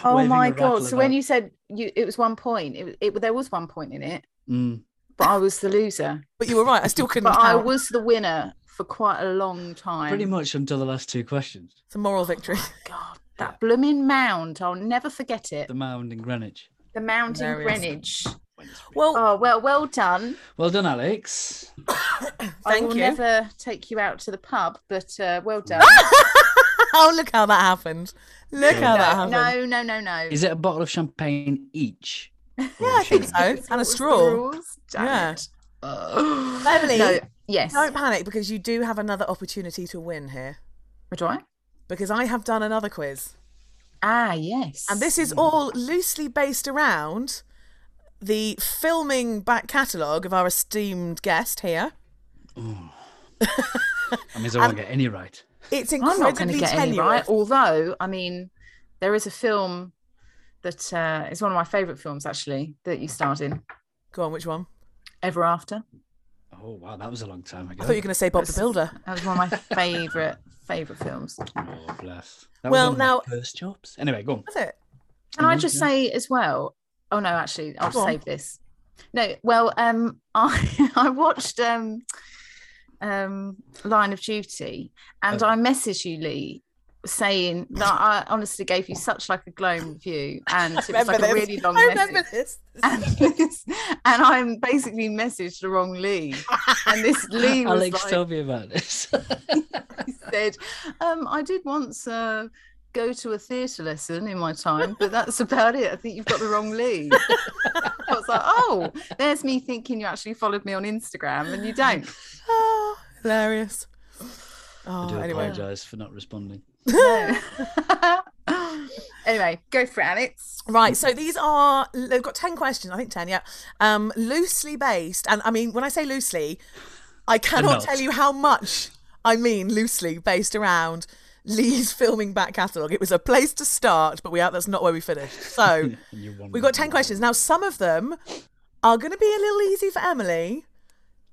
S1: oh
S3: waving
S1: my
S3: a rattle
S1: god! So when
S3: about.
S1: you said you, it was one point. It, it there was one point in it,
S3: Mm.
S1: but I was the loser.
S2: But you were right. I still couldn't.
S1: But I
S2: count.
S1: was the winner for quite a long time.
S3: Pretty much until the last two questions.
S2: It's a moral victory.
S1: God, that blooming mound! I'll never forget it.
S3: The mound in Greenwich.
S1: The mound in
S2: Hilarious.
S1: Greenwich.
S2: Well,
S1: Oh well, well done.
S3: Well done, Alex.
S1: I
S2: Thank
S1: will
S2: you.
S1: never take you out to the pub, but uh, well done.
S2: oh look how that happened. Look how that happened.
S1: no, no, no, no.
S3: Is it a bottle of champagne each? Yeah,
S2: Yeah, I think so.
S1: It's
S2: And a
S1: rules, the
S2: straw.
S1: rules. Damn
S2: Yeah.
S1: it. Ugh.
S2: Emily,
S1: No, yes.
S2: Don't panic because you do have another opportunity to win here.
S1: Do I?
S2: Because I have done another quiz.
S1: Ah, yes.
S2: And this is all loosely based around the filming back catalogue of our esteemed guest here.
S3: I mean, so I won't get any right.
S2: It's
S1: I'm
S2: incredibly
S1: not going to get
S2: tenuous.
S1: any right. Although, I mean, there is a film that uh, is one of my favourite films actually that you starred in,
S2: Go on, which one?
S1: Ever After.
S3: Oh wow, that was a long time ago.
S2: I thought you were going to say Bob the Builder.
S1: That was one of my favourite favourite films.
S3: Oh bless. That
S2: Well,
S3: was one of
S2: now-
S3: my first jobs. Anyway, go on.
S2: Was it?
S1: Can I just say as well? Oh no, actually, I'll
S2: Mm-hmm. Go on.
S1: save this. No, well, um, I I watched um, um, Line of Duty, and
S3: Oh.
S1: I messaged you, Lee, saying that I honestly gave you such like a glowing review, and it was like a really long
S2: I
S1: message.
S2: remember this.
S1: And, and I'm basically messaged the wrong Lee, and this Lee was
S3: Alex,
S1: like,
S3: tell me about this.
S2: Oh,
S1: he said, um, I did once uh, go to a theatre lesson in my time, but that's about it. I think you've got the wrong lead. I was like, oh, there's me thinking you actually followed me on Instagram and you don't.
S2: Oh, hilarious.
S3: I do
S2: Oh, anyway.
S3: apologise for not responding.
S1: No. anyway, go for it, Alex.
S2: Right, so these are they've got ten questions, I think ten, yeah. Um, loosely based, and I mean when I say loosely, I
S3: not.
S2: cannot tell you how much I mean loosely based around Lee's filming back catalogue. It was a place to start, but we out that's not where we finished. So
S3: And you won.
S2: we've got ten questions now. Some of them are going to be a little easy for Emily.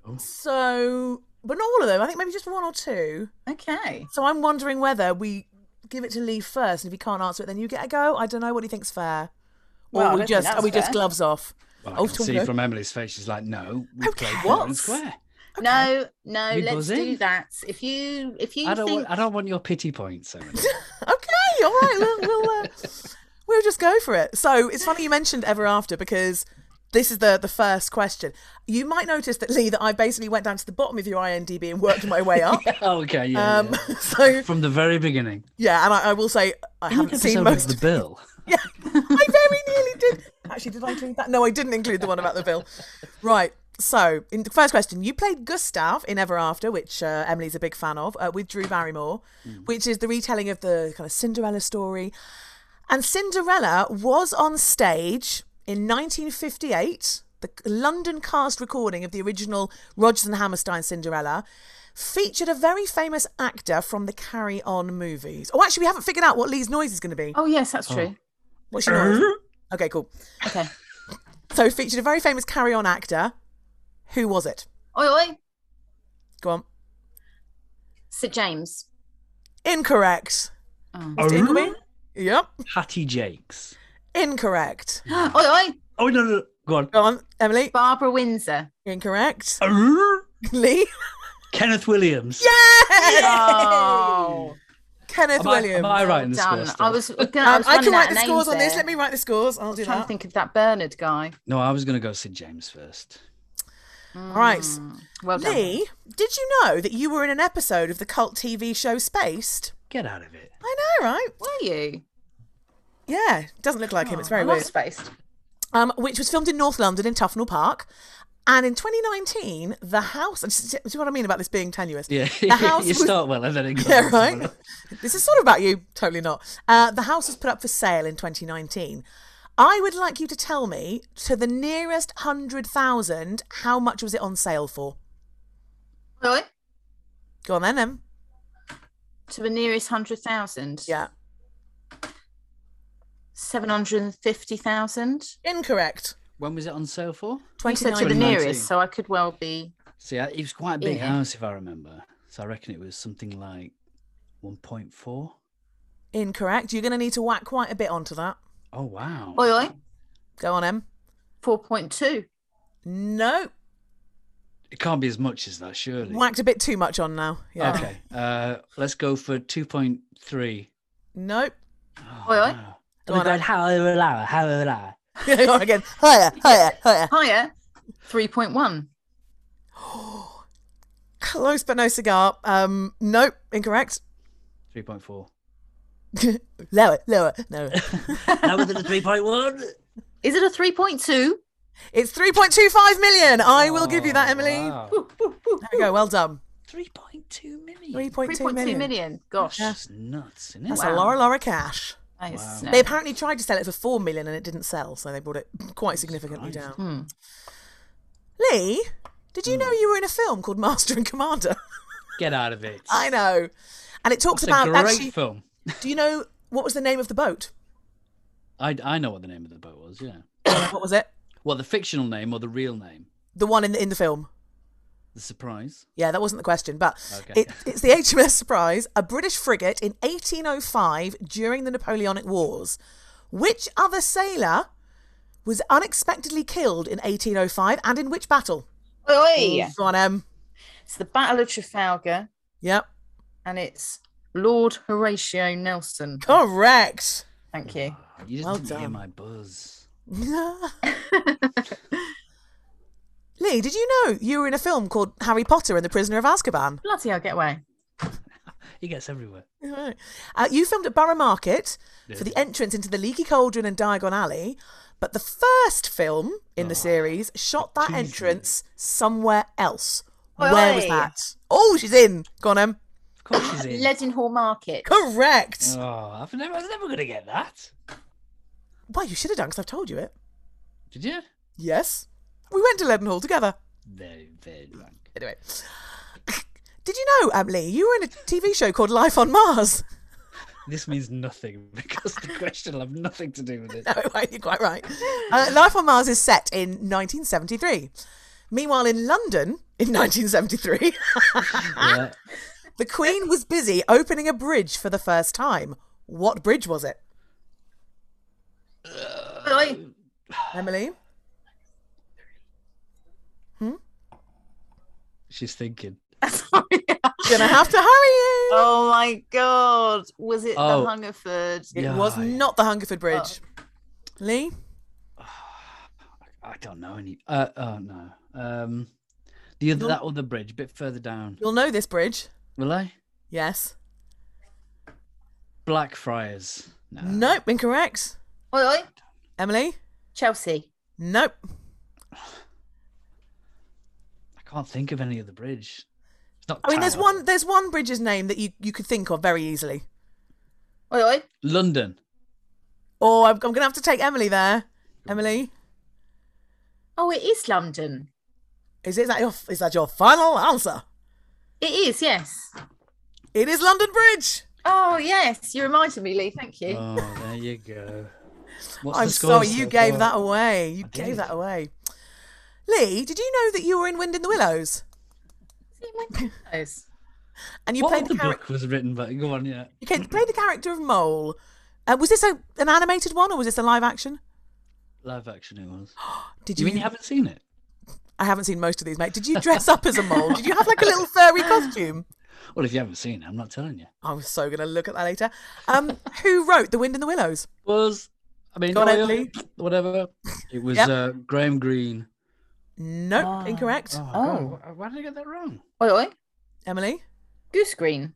S3: Oh.
S2: So, but not all of them. I think maybe just one or two.
S1: Okay.
S2: So I'm wondering whether we give it to Lee first, and if he can't answer it, then you get a go. I don't know what he thinks fair. Or
S1: Well, I don't
S2: we
S1: think
S2: just
S1: that's
S2: are we just
S1: fair.
S2: gloves off?
S3: Well, I
S2: Oh,
S3: can
S2: Tom,
S3: see
S2: no.
S3: from Emily's face, she's like, no, we
S2: Okay,
S3: played fair
S2: what?
S3: and square.
S1: No, no,
S3: We
S1: let's
S3: buzz
S1: do
S3: in?
S1: that. If you if you
S3: I don't,
S1: think
S3: want, I don't want your pity points. Emily.
S2: Okay, all right, we'll we'll, uh, we'll just go for it. So it's funny you mentioned ever after because this is the the first question. You might notice that Lee, that I basically went down to the bottom of your IMDb and worked my way up.
S3: Oh, okay, yeah,
S2: Um,
S3: yeah.
S2: so
S3: From the very beginning.
S2: yeah, and I, I will say I
S3: In an
S2: haven't seen
S3: episode
S2: most
S3: of
S2: of
S3: The Bill.
S2: Yeah, I very nearly did. Actually, did I include that? No, I didn't include the one about the bill. Right. So, in the first question, you played Gustav in Ever After, which uh, Emily's a big fan of, uh, with Drew Barrymore, which is the retelling of the kind of Cinderella story. And Cinderella was on stage in 1958, the London cast recording of the original Rodgers and Hammerstein Cinderella. Featured a very famous actor from the Carry On movies. Oh, actually, we haven't figured out what Lee's noise is going to be.
S1: Oh yes, that's true.
S2: What's your noise? Okay, cool.
S1: Okay.
S2: So it featured a very famous Carry On actor. Who was it?
S1: Oi oi.
S2: Go on.
S1: Sir James.
S2: Incorrect.
S1: Oh.
S2: Mr. Ingleby? Yep.
S3: Hattie Jakes.
S2: Incorrect.
S1: oi oi.
S3: Oh, no, no. Go on.
S2: Go on, Emily.
S1: Barbara Windsor.
S2: Incorrect.
S3: Arr!
S2: Lee.
S3: Kenneth Williams.
S1: Oh,
S2: Kenneth
S3: Am I,
S2: Williams.
S3: am I right in the score
S1: done.
S3: still?
S1: I was. I, was
S2: Um, I
S1: running out
S2: can write
S1: of
S2: the scores
S1: names
S2: on this.
S1: there.
S2: Let me write the scores. I'll do
S1: trying
S2: that.
S1: to think of that Bernard guy.
S3: No, I was going to go Sid James first.
S2: All right.
S1: Well done.
S2: Lee, did you know that you were in an episode of the cult TV show Spaced?
S3: Get out of it.
S2: I know, right?
S1: Were you?
S2: Yeah, doesn't look like him. It's very
S1: Oh, I
S2: weird.
S1: was spaced.
S2: um, which was filmed in North London in Tufnell Park. And in 2019, the house. and s- s- Do you know what I mean about this being tenuous?
S3: Yeah,
S2: The house
S3: you
S2: was-
S3: start well and then it goes.
S2: Yeah, right. this is sort of about you. Totally not. Uh, the house was put up for sale in 2019. I would like you to tell me to the nearest 100,000, how much was it on sale for?
S1: Oi, oi.
S2: Go on then, Em.
S1: To the nearest hundred thousand.
S2: Yeah.
S1: Seven hundred and fifty thousand.
S2: Incorrect.
S3: When was it on sale for?
S1: You said to the
S2: 2019.
S1: nearest, so I could well be.
S3: See, I- it was quite a big
S1: Yeah.
S3: house if I remember. So I reckon it was something like 1.4. Oh,
S2: Incorrect. You're going to need to whack quite a bit onto that.
S3: Oh, wow.
S1: Oi oi.
S2: Go on, Em.
S1: Four point two.
S2: No.
S3: It can't be as much as that, surely.
S2: Whacked a bit too much on now. Yeah.
S3: Okay. Uh, let's go for 2.3.
S2: Nope.
S3: Oh,
S1: Oi, oi.
S3: wow.
S2: Go
S3: Oh my
S2: on,
S3: God,
S2: Em.
S3: how will I, how will I?
S2: Go on again. Higher, higher, higher.
S1: Higher. Three point one.
S2: Close but no cigar. Um, nope, incorrect.
S3: 3.4.
S2: lower, lower, no.
S3: Now within the 3.1.
S1: Is it a three point two?
S2: It's three point two five million. I will give you that,
S3: Oh,
S2: Emily.
S3: wow.
S2: There we go. Well done.
S3: 3.2 million.
S2: Three point
S1: Three
S2: two
S1: point two
S2: million.
S1: million. Gosh.
S3: That's nuts, isn't it?
S2: That's a
S1: Wow.
S2: Laura Laura cash.
S1: That is
S3: Wow.
S1: snake.
S2: They apparently tried to sell it for four million and it didn't sell, so they brought it quite significantly down.
S3: Christ.
S1: Hmm.
S3: Hmm.
S2: Lee, did you know you were in a film called Master and Commander?
S3: Get out of it.
S2: I know, and it talks
S3: It's a
S2: about
S3: great
S2: actually.
S3: film.
S2: Do you know what was the name of the boat?
S3: I, I know what the name of the boat was, yeah.
S2: what was it?
S3: Well, the fictional name or the real name?
S2: The one in the in the film.
S3: The surprise.
S2: Yeah, that wasn't the question, but
S3: Okay.
S2: it, it's the HMS Surprise, a British frigate in 1805 during the Napoleonic Wars. Which other sailor was unexpectedly killed in 1805 and in which battle?
S1: Oi.
S2: Go on, Em.
S1: It's the Battle of Trafalgar,
S2: Yep.
S1: and it's Lord Horatio Nelson.
S2: Correct.
S1: Thank you.
S3: You just
S2: Well
S3: didn't hear
S2: done.
S3: my buzz.
S2: Lee, did you know you were in a film called Harry Potter and the Prisoner of Azkaban?
S1: Bloody hell, get away.
S3: He gets everywhere.
S2: Right. Uh, you filmed at Borough Market for
S3: Yes.
S2: the entrance into the Leaky Cauldron and Diagon Alley, but the first film in the series shot that
S3: cheesy.
S2: entrance somewhere else.
S1: Oi,
S2: Where was
S1: oi.
S2: that? Oh, she's in. Go on, Em.
S3: Of course he's in.
S1: Leadenhall Market.
S2: Correct.
S3: Oh, I've never, I was never going to get that.
S2: Well, you should have done because I've told you it.
S3: Did you?
S2: Yes. We went to Leadenhall together.
S3: Very, very drunk.
S2: Anyway. um, Did you know, Emily, you were in a TV show called Life on Mars?
S3: This means nothing because the question will have nothing to do with it.
S2: No, it won't, you're quite right. Uh, Life on Mars is set in 1973. Meanwhile, in London, in 1973,
S3: Yeah.
S2: the Queen was busy opening a bridge for the first time. What bridge was it,
S1: Really?
S2: Emily?
S3: She's thinking.
S1: Sorry.
S2: Gonna have to hurry you.
S1: oh my god. Was it
S3: Oh.
S1: the Hungerford?
S2: It was
S3: Yeah.
S2: not the Hungerford Bridge. Lee?
S3: I don't know any. Uh, oh no. Um, the other that other bridge, a bit further down.
S2: You'll know this bridge.
S3: Will I?
S2: Yes.
S3: Blackfriars. No.
S2: Nope, incorrect.
S1: Really?
S2: Emily?
S1: Chelsea.
S2: Nope.
S3: I can't think of any other bridge. It's not
S2: I mean, there's
S3: Tower.
S2: one there's one bridge's name that you, you could think of very easily.
S1: Really?
S3: London.
S2: Oh, I'm, I'm going to have to take Emily there. Emily,
S1: Oh, it is London.
S2: is, it, is, that your, is that your final answer?
S1: It is, yes.
S2: It is London Bridge.
S1: Oh, yes. You reminded me, Lee. Thank you.
S3: Oh, there you go. What's the
S2: I'm
S3: score
S2: sorry, you
S3: so
S2: gave
S3: far?
S2: that away. You gave
S3: did.
S2: that away. Lee, did you know that you were in Wind in the Willows?
S1: See, my goodness.
S2: And you
S3: what
S2: played
S3: other
S2: the character.
S3: book was written by? Go on, yeah.
S2: You ca- played the character of Mole. Uh, was this a, an animated one or was this a live action?
S3: Live action it was.
S2: Did you?
S3: You mean you haven't seen it?
S2: I haven't seen most of these, mate. Did you dress up as a mole? Did you have like a little furry costume?
S3: Well, if you haven't seen it, I'm not telling you.
S2: I was so gonna look at that later. Um, who wrote The Wind in the Willows?
S3: Was I mean,
S2: Go on,
S3: oil,
S2: Emily.
S3: whatever. It was
S2: oh, Yep.
S3: uh, Graham Greene.
S2: Nope, incorrect.
S3: Oh,
S1: Oh.
S3: God, wh- why did I get that wrong?
S1: Really?
S2: Emily,
S1: Goose Green.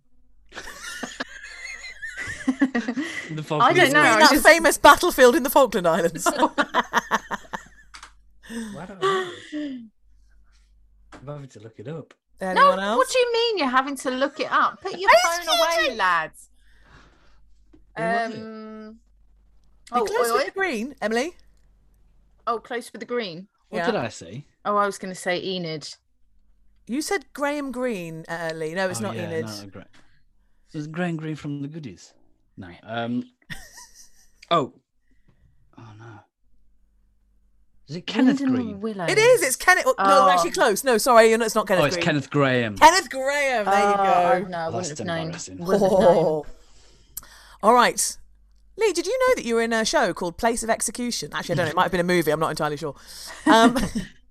S3: The
S1: I don't
S3: Falklands
S1: know.
S3: War.
S1: I
S2: that
S1: just-
S2: famous battlefield in the Falkland Islands.
S3: Why don't I know this? I'm having to look it up.
S2: Anyone
S1: No,
S2: else?
S1: what do you mean you're having to look it up? Put your
S2: Are you
S1: phone away, lads.
S3: Who was it?
S1: Um,
S2: The
S1: oh,
S2: Close
S1: oi,
S2: with
S1: oi.
S2: the green, Emily.
S1: oh, close with the green.
S3: What
S2: Yeah.
S3: did I say?
S1: Oh, I was going to say Enid.
S2: You said Graham Green, uh, Lee. No, it's
S3: Oh,
S2: not
S3: yeah,
S2: Enid.
S3: No, great. So it's Graham Greene from the Goodies. No. Um. oh. Oh no. Is it
S1: Wind
S3: Kenneth
S1: in the
S3: Green?
S1: Willows.
S2: It is. It's Kenneth. oh, No,
S1: Oh.
S2: actually close. No, sorry, you're not- it's not Kenneth.
S3: oh, it's
S2: Green.
S3: Kenneth Graham.
S2: Kenneth Graham. There you
S1: Oh, I-
S2: go.
S1: no, I wouldn't
S3: Well, that's
S1: have known.
S3: embarrassing.
S1: Wouldn't have known.
S2: Oh. All right. Lee, did you know that you were in a show called Place of Execution? Actually, I don't know. It might have been a movie. I'm not entirely sure. Um,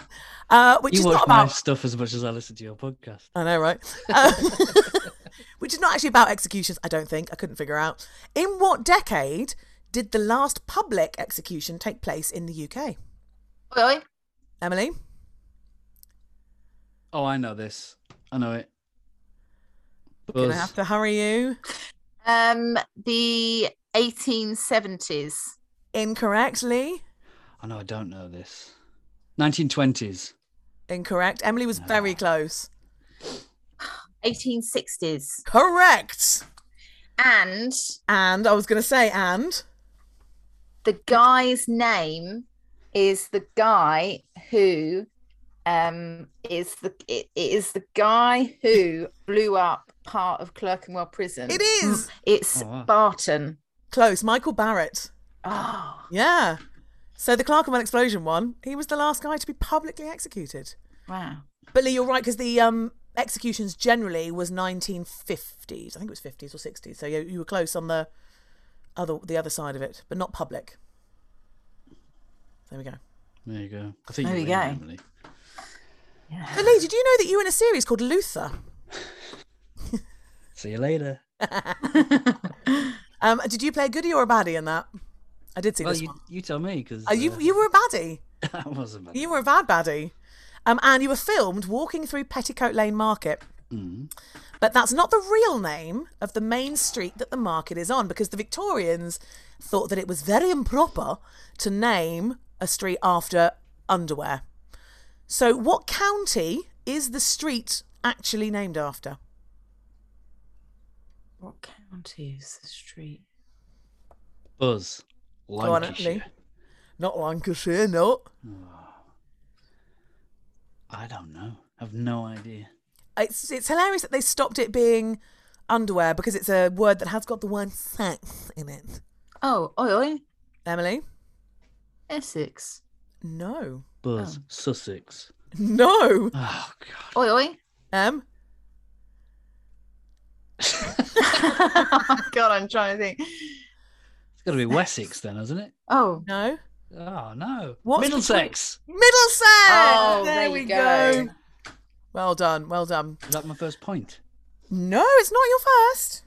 S2: uh, which
S3: You
S2: is
S3: watch
S2: not
S3: my
S2: about.
S3: stuff as much as I listen to your podcast.
S2: I know, right? Um, which is not actually about executions, I don't think. I couldn't figure out. In what decade did the last public execution take place in the UK?
S1: Oi, oi.
S2: Emily?
S3: Oh, I know this. I know it.
S2: Gonna
S3: Buzz.
S2: have to hurry you.
S1: Um, the 1870s.
S2: Incorrect, Lee.
S3: I know I don't know this. 1920s.
S2: Incorrect. Emily was very close.
S1: 1860s.
S2: Correct.
S1: And
S2: And I was going to say, and.
S1: the guy's name is the guy who um is the it, it is the guy who blew up part of Clerkenwell prison.
S2: It is.
S1: It's
S3: Oh, wow.
S1: Barton.
S2: Close. Michael Barrett.
S1: Oh,
S2: Yeah. So the Clerkenwell explosion one, he was the last guy to be publicly executed.
S1: wow.
S2: But Lee, you're right because the um, executions generally was 1950s. I think it was 50s or 60s. So you, you were close on the other the other side of it, but not public. There we go.
S3: There you go. I think
S1: There
S3: you
S1: you
S3: win,
S1: go.
S3: Emily.
S2: But Lee, did you know that you were in a series called Luther?
S3: See you later.
S2: Um, did you play a goodie or a baddie in that? I did see
S3: Well,
S2: this
S3: you,
S2: one.
S3: you tell me because
S2: Oh, you you were a baddie.
S3: I wasn't. bad.
S2: You were a bad baddie. Um, and you were filmed walking through Petticoat Lane Market. But that's not the real name of the main street that the market is on because the Victorians thought that it was very improper to name a street after underwear. So, what county is the street actually named after?
S1: What county is the street?
S3: Buzz.
S2: on, Emily.
S3: Lancashire.
S2: Not Lancashire, no.
S3: I don't know. I've no idea.
S2: It's, it's hilarious that they stopped it being underwear because it's a word that has got the word sex in it.
S1: Oh, oi, oi.
S2: Emily?
S1: Essex.
S2: No.
S3: Buzz, Sussex.
S2: No.
S3: Oh, God.
S1: Oi, oi.
S2: Um,
S1: God, I'm trying to think.
S3: It's got to be Wessex then, hasn't it?
S1: Oh,
S2: no.
S3: Oh, no.
S2: What's
S3: Middlesex.
S2: Middlesex!
S1: Oh,
S2: there,
S1: there
S2: we
S1: you go.
S2: Well done, well done.
S3: Is that my first point?
S2: No, it's not your first.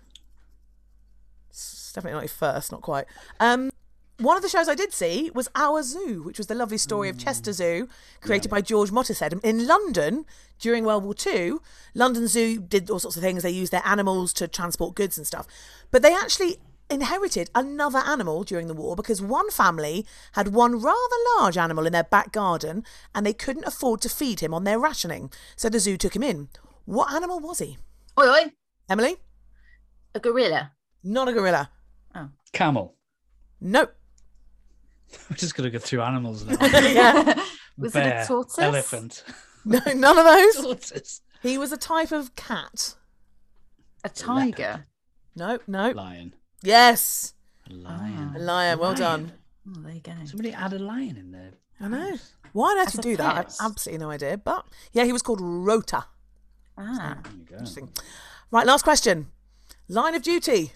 S2: It's definitely not your first, not quite. Um, one of the shows I did see was Our Zoo, which was the lovely story of Chester Zoo, created by George Mottesedham in London during World War II. London Zoo did all sorts of things. They used their animals to transport goods and stuff. But they actually inherited another animal during the war because one family had one rather large animal in their back garden and they couldn't afford to feed him on their rationing. So the zoo took him in. What animal was he?
S1: oi, oi.
S2: Emily?
S1: A gorilla.
S2: Not a gorilla.
S3: Camel.
S2: Nope.
S3: We're just going to go through animals now.
S1: Was
S3: Bear,
S1: it a tortoise?
S3: Elephant.
S2: No, none of those.
S3: Tortoise.
S2: He was a type of cat.
S1: A tiger.
S2: No, no.
S3: Lion.
S2: Yes.
S3: A lion.
S2: A Ah. lion. Well done.
S1: Oh, there you go.
S3: Somebody add a lion in there.
S2: I know. Why on earth
S1: As
S2: you
S1: a
S2: do that? I've
S1: pet.
S2: absolutely no idea. But yeah, he was called Rota.
S1: Ah,
S3: There you go.
S2: Interesting. Right, last question. Line of duty.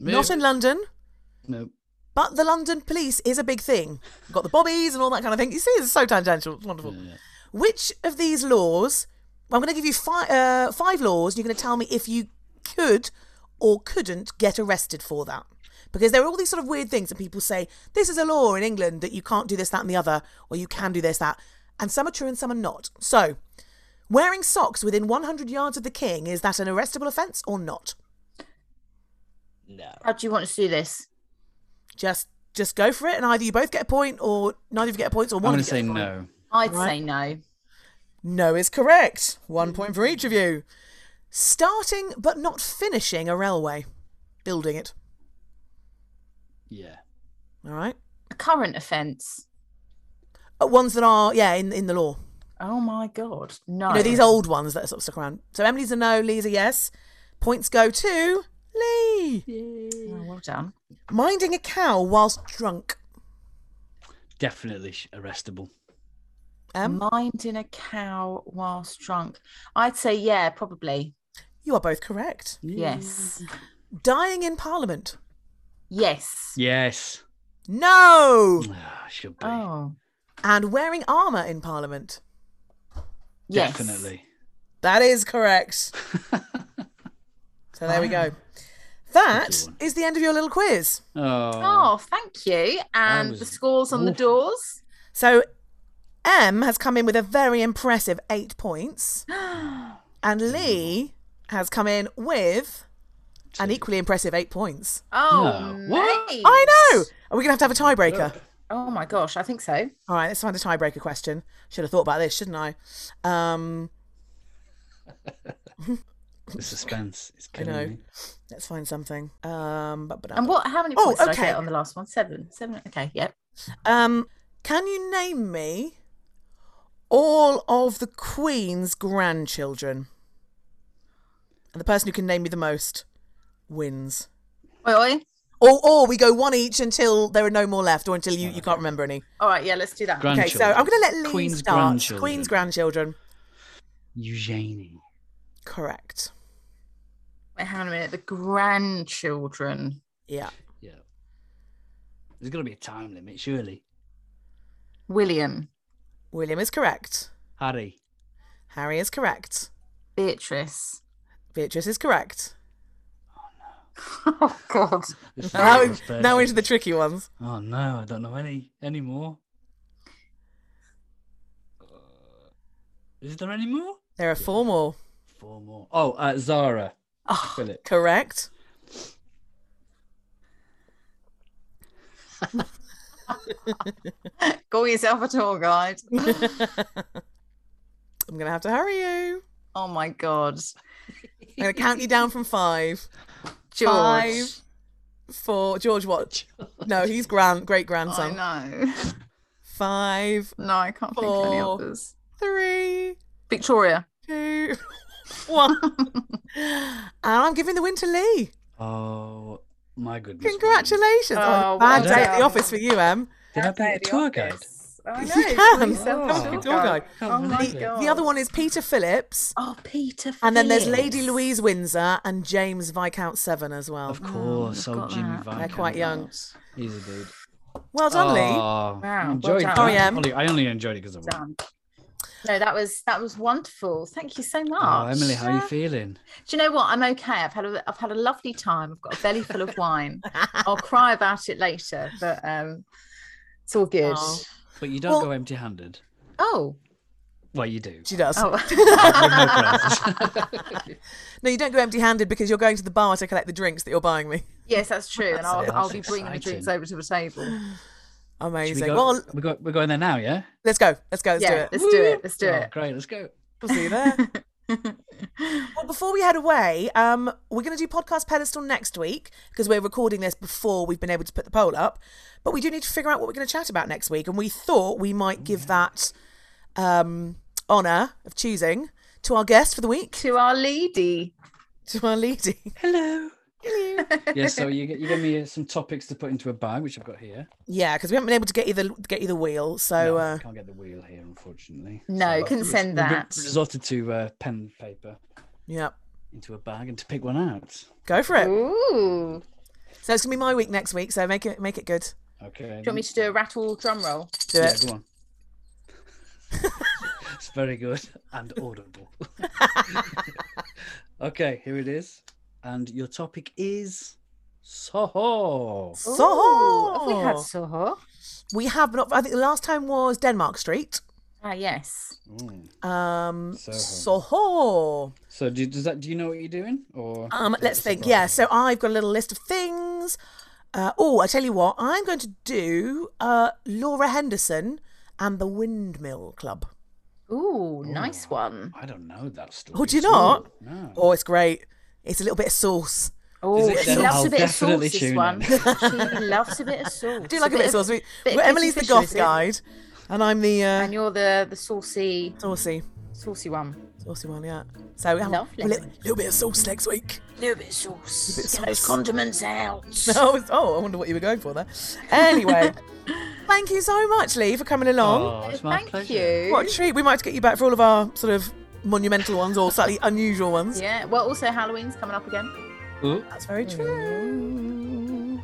S2: Not in London,
S3: No.
S2: but the London police is a big thing. We've got the bobbies and all that kind of thing. You see, it's so tangential. It's wonderful. Which of these laws? I'm going to give you five, uh, five laws. And you're going to tell me if you could or couldn't get arrested for that. Because there are all these sort of weird things that people say, this is a law in England that you can't do this, that, and the other, or you can do this, that. And some are true and some are not. So, wearing socks within 100 yards of the king, is that an arrestable offence or not?
S3: No.
S1: how do you want us to do this?
S2: Just just go for it, and either you both get a point, or neither of you get a point, or
S3: I'm
S2: one
S3: going
S2: of
S3: to
S2: you
S3: say
S2: gets a point.
S3: no.
S1: I'd say no.
S2: No is correct. One point for each of you. Starting but not finishing a railway, building it.
S3: Yeah.
S2: All right.
S1: A current offence.
S2: Uh, ones that are yeah in in the law.
S1: Oh my god, no.
S2: You know these old ones that are sort of stuck around. So Emily's a no, Lee's a yes. Points go to Lee.
S1: Oh, well done.
S2: Minding a cow whilst drunk.
S3: Definitely sh- arrestable.
S1: Mm.
S2: Um,
S1: Minding a cow whilst drunk. I'd say yeah, probably.
S2: you are both correct.
S1: Yes.
S2: Dying in Parliament.
S1: Yes.
S3: Yes.
S2: No.
S3: Ah, should be.
S1: Oh.
S2: And wearing armour in Parliament.
S1: Yes.
S3: Definitely.
S2: That is correct. so there we go. That
S3: one.
S2: is the end of your little quiz.
S3: Oh.
S1: Oh, thank you. And the
S3: was
S1: scores on the
S3: awful.
S1: doors.
S2: So M has come in with a very impressive eight points. And Lee has come in with an equally impressive eight points.
S1: Oh,
S3: No. What?
S1: mate.
S2: I know! Are we going to have to have a tiebreaker?
S1: Oh my gosh, I think so.
S2: All right, let's find a tiebreaker question. Should have thought about this, shouldn't I? Um,
S3: The suspense is
S2: you
S3: killing
S2: know,
S3: me.
S2: let's find something. Um, but, but,
S1: And what? How many
S2: Oh,
S1: points did I
S2: okay.
S1: get on the last one? Seven. Seven. Okay. Yep.
S2: Um, can you name me all of the Queen's grandchildren? And the person who can name me the most wins.
S1: Oi, oi.
S2: Or, or we go one each until there are no more left, or until you, you can't remember any.
S1: All right. Yeah, let's do that.
S2: Okay, so I'm going to let Lee
S3: Queen's
S2: start.
S3: grandchildren.
S2: Queen's grandchildren.
S3: Eugenie.
S2: Correct.
S1: Wait, hang on a minute. The grandchildren.
S2: Yeah.
S3: Yeah. There's got to be a time limit, surely.
S1: William,
S2: William is correct.
S3: Harry.
S2: Harry is correct.
S1: Beatrice.
S2: Beatrice is correct.
S1: Oh God.
S3: This is
S2: Now,
S3: the first
S2: now
S3: person.
S2: into the tricky ones.
S3: Oh no, I don't know any anymore. Uh, Is there any more?
S2: There are four more.
S3: Four more. Oh, uh, Zara.
S1: Oh,
S3: Philip.
S2: Correct.
S1: Call yourself a tour guide.
S2: I'm going to have to hurry you.
S1: Oh my God.
S2: I'm going to count you down from five.
S1: George.
S2: Five. for George Watch. No, he's grand great
S1: I
S2: grandson.
S1: know.
S2: Five,
S1: No, I can't think of any
S2: Four.
S1: others.
S2: three,
S1: Victoria.
S2: two. one. and I'm giving the win to Lee.
S3: Oh my goodness! woman.
S2: Congratulations. Oh,
S1: Oh,
S2: bad
S3: well
S2: day at
S1: done.
S2: the office for you, Em.
S3: Did I play a tour guide?
S1: I know.
S2: You can.
S1: it's really
S3: Oh.
S1: self-taught.
S2: Tour guide.
S1: Oh my
S3: The- the
S1: god.
S2: The other one is Peter Phillips.
S1: Oh, Peter.
S2: And then there's
S1: Phillips.
S2: Lady Louise Windsor and James Viscount Seven as well.
S3: Of course,
S1: I've
S3: old
S1: got
S3: Jimmy
S1: that.
S3: Vine.
S2: They're quite young.
S3: He's a dude.
S2: Well done, Lee.
S3: Oh,
S1: Wow,
S3: I
S1: well
S3: enjoyed
S1: done.
S3: that.
S2: Sorry, Em.
S3: Only- I only enjoyed it because of
S1: Done. No, that was that was wonderful. Thank you so much.
S3: Oh, Emily, how are you
S1: Yeah.
S3: feeling?
S1: Do you know what? I'm okay. I've had a I've had a lovely time. I've got a belly full of wine. I'll cry about it later, but um, it's all good.
S2: Oh.
S1: Oh,
S3: But you don't
S2: Well-
S3: go empty-handed.
S1: oh,
S3: Well, you do.
S2: She does.
S3: With no prizes.
S2: No, you don't go empty handed because you're going to the bar to collect the drinks that you're buying me.
S1: yes, that's true. And I'll,
S3: That's
S1: I'll be bringing the drinks
S3: exciting.
S1: over to the table.
S3: Should we
S2: Amazing.
S3: go-
S2: Well,
S3: we go, we're going there now, yeah?
S2: let's go. Let's go. Let's
S1: yeah,
S2: do it.
S1: let's do it. Let's do
S3: Oh,
S1: it.
S3: Great, let's go.
S2: We'll see you there. well, before we head away, um, we're going to do podcast pedestal next week because we're recording this before we've been able to put the poll up. But we do need to figure out what we're going to chat about next week, and we thought we might give that um, honour of choosing to our guest for the week,
S1: To our lady.
S2: to our lady.
S3: Hello. yeah, so you, g- you gave me uh, some topics to put into a bag, which I've got here.
S2: yeah, because we haven't been able to get you the get you the wheel. So
S3: No,
S2: uh,
S3: can't get the wheel here, unfortunately.
S1: No, couldn't
S3: res-
S1: send
S3: we've
S1: that.
S3: Resorted to uh, pen and paper
S2: yeah,
S3: into a bag and to pick one out.
S2: go for it.
S1: Ooh.
S2: So it's going to be my week next week. So make it make it good.
S3: Okay.
S1: Do you want me to do a rattle drum roll?
S2: Do
S3: Yeah,
S2: it.
S3: go on. it's very good and audible. okay, here it is. And your topic is Soho.
S1: Ooh, Have we
S2: Soho.
S1: had Soho?
S2: We have not. I think the last time was Denmark Street.
S1: Ah, yes.
S3: Mm.
S2: Um,
S3: Soho.
S2: Soho.
S3: So do, does that do you know what you're doing or
S2: Um,
S3: is it
S2: let's
S3: a
S2: think.
S3: surprise?
S2: Yeah, so I've got a little list of things. Uh, oh, I tell you what, I'm going to do uh, Laura Henderson and the Windmill Club.
S1: Ooh, nice one.
S3: I don't know that story.
S2: Oh, do you
S3: at all.
S2: not?
S3: No.
S2: Oh, it's great. It's a little bit of sauce.
S1: Oh,
S3: it
S1: she
S3: then?
S1: loves
S3: I'll
S1: a bit of sauce.
S3: definitely
S1: This
S3: tune
S1: one,
S3: in.
S1: she loves a bit of sauce.
S2: I do like a bit of sauce. We, well,
S1: of
S2: Emily's the
S1: Kissy Fisher,
S2: goth
S1: is it?
S2: guide, and I'm the uh,
S1: and you're the the saucy,
S2: saucy,
S1: saucy one.
S2: saucy one. Yeah. So we have a
S1: Lovely.
S2: little, little bit of sauce next week.
S1: Little bit of sauce.
S2: bit of
S1: Get those
S2: sauce.
S1: condiments out.
S2: Oh, it's- oh, I wonder what you were going for there. Anyway, thank you so much, Lee, for coming along.
S3: Oh, it's my
S1: Thank
S3: pleasure.
S1: you.
S2: What a treat. We might have to get you back for all of our sort of monumental ones or slightly unusual ones.
S1: Yeah. Well, also Halloween's coming up again.
S3: Ooh,
S2: That's very true. Mm-hmm.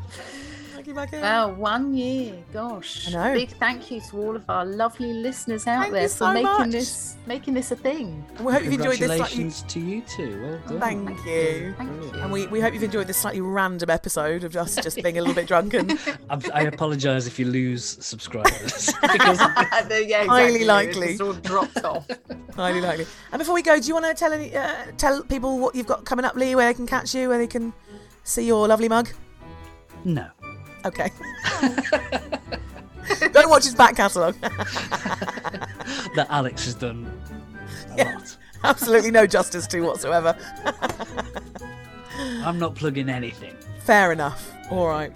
S2: Thank you, Maggie.
S1: Wow, Uh, one year. Gosh.
S2: I know.
S1: Big thank you to all of our lovely listeners out
S2: Thank
S1: there
S2: you
S1: for
S2: so
S1: making
S2: much.
S1: this making this a thing.
S2: and we hope you've enjoyed this slightly.
S3: Congratulations to you too. Well done.
S2: Thank you.
S1: Thank you.
S2: And we, we hope you've enjoyed this slightly random episode of us just being a little bit drunken.
S3: I'm, I apologize if you lose subscribers because
S1: yeah, exactly.
S2: Highly
S1: It
S2: likely.
S1: just all dropped off.
S2: Highly likely. And before we go, do you want to tell any, uh, tell people what you've got coming up, Lee, where they can catch you, where they can see your lovely mug?
S3: no.
S2: Okay. go watch his back catalogue.
S3: that Alex has done a lot.
S2: Absolutely no justice to whatsoever.
S3: I'm not plugging anything.
S2: Fair enough. All right.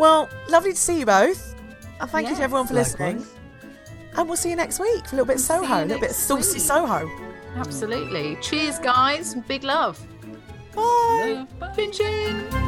S2: Well, lovely to see you both. And thank you to
S1: Yes.
S2: everyone for listening.
S3: Likewise.
S2: And we'll see you next week for a little bit of
S1: see
S2: Soho,
S1: you
S2: a little bit of
S1: next
S2: saucy
S1: week.
S2: Soho.
S1: Absolutely. Cheers, guys. Big love.
S2: Bye.
S3: Bye.
S1: Chin chin.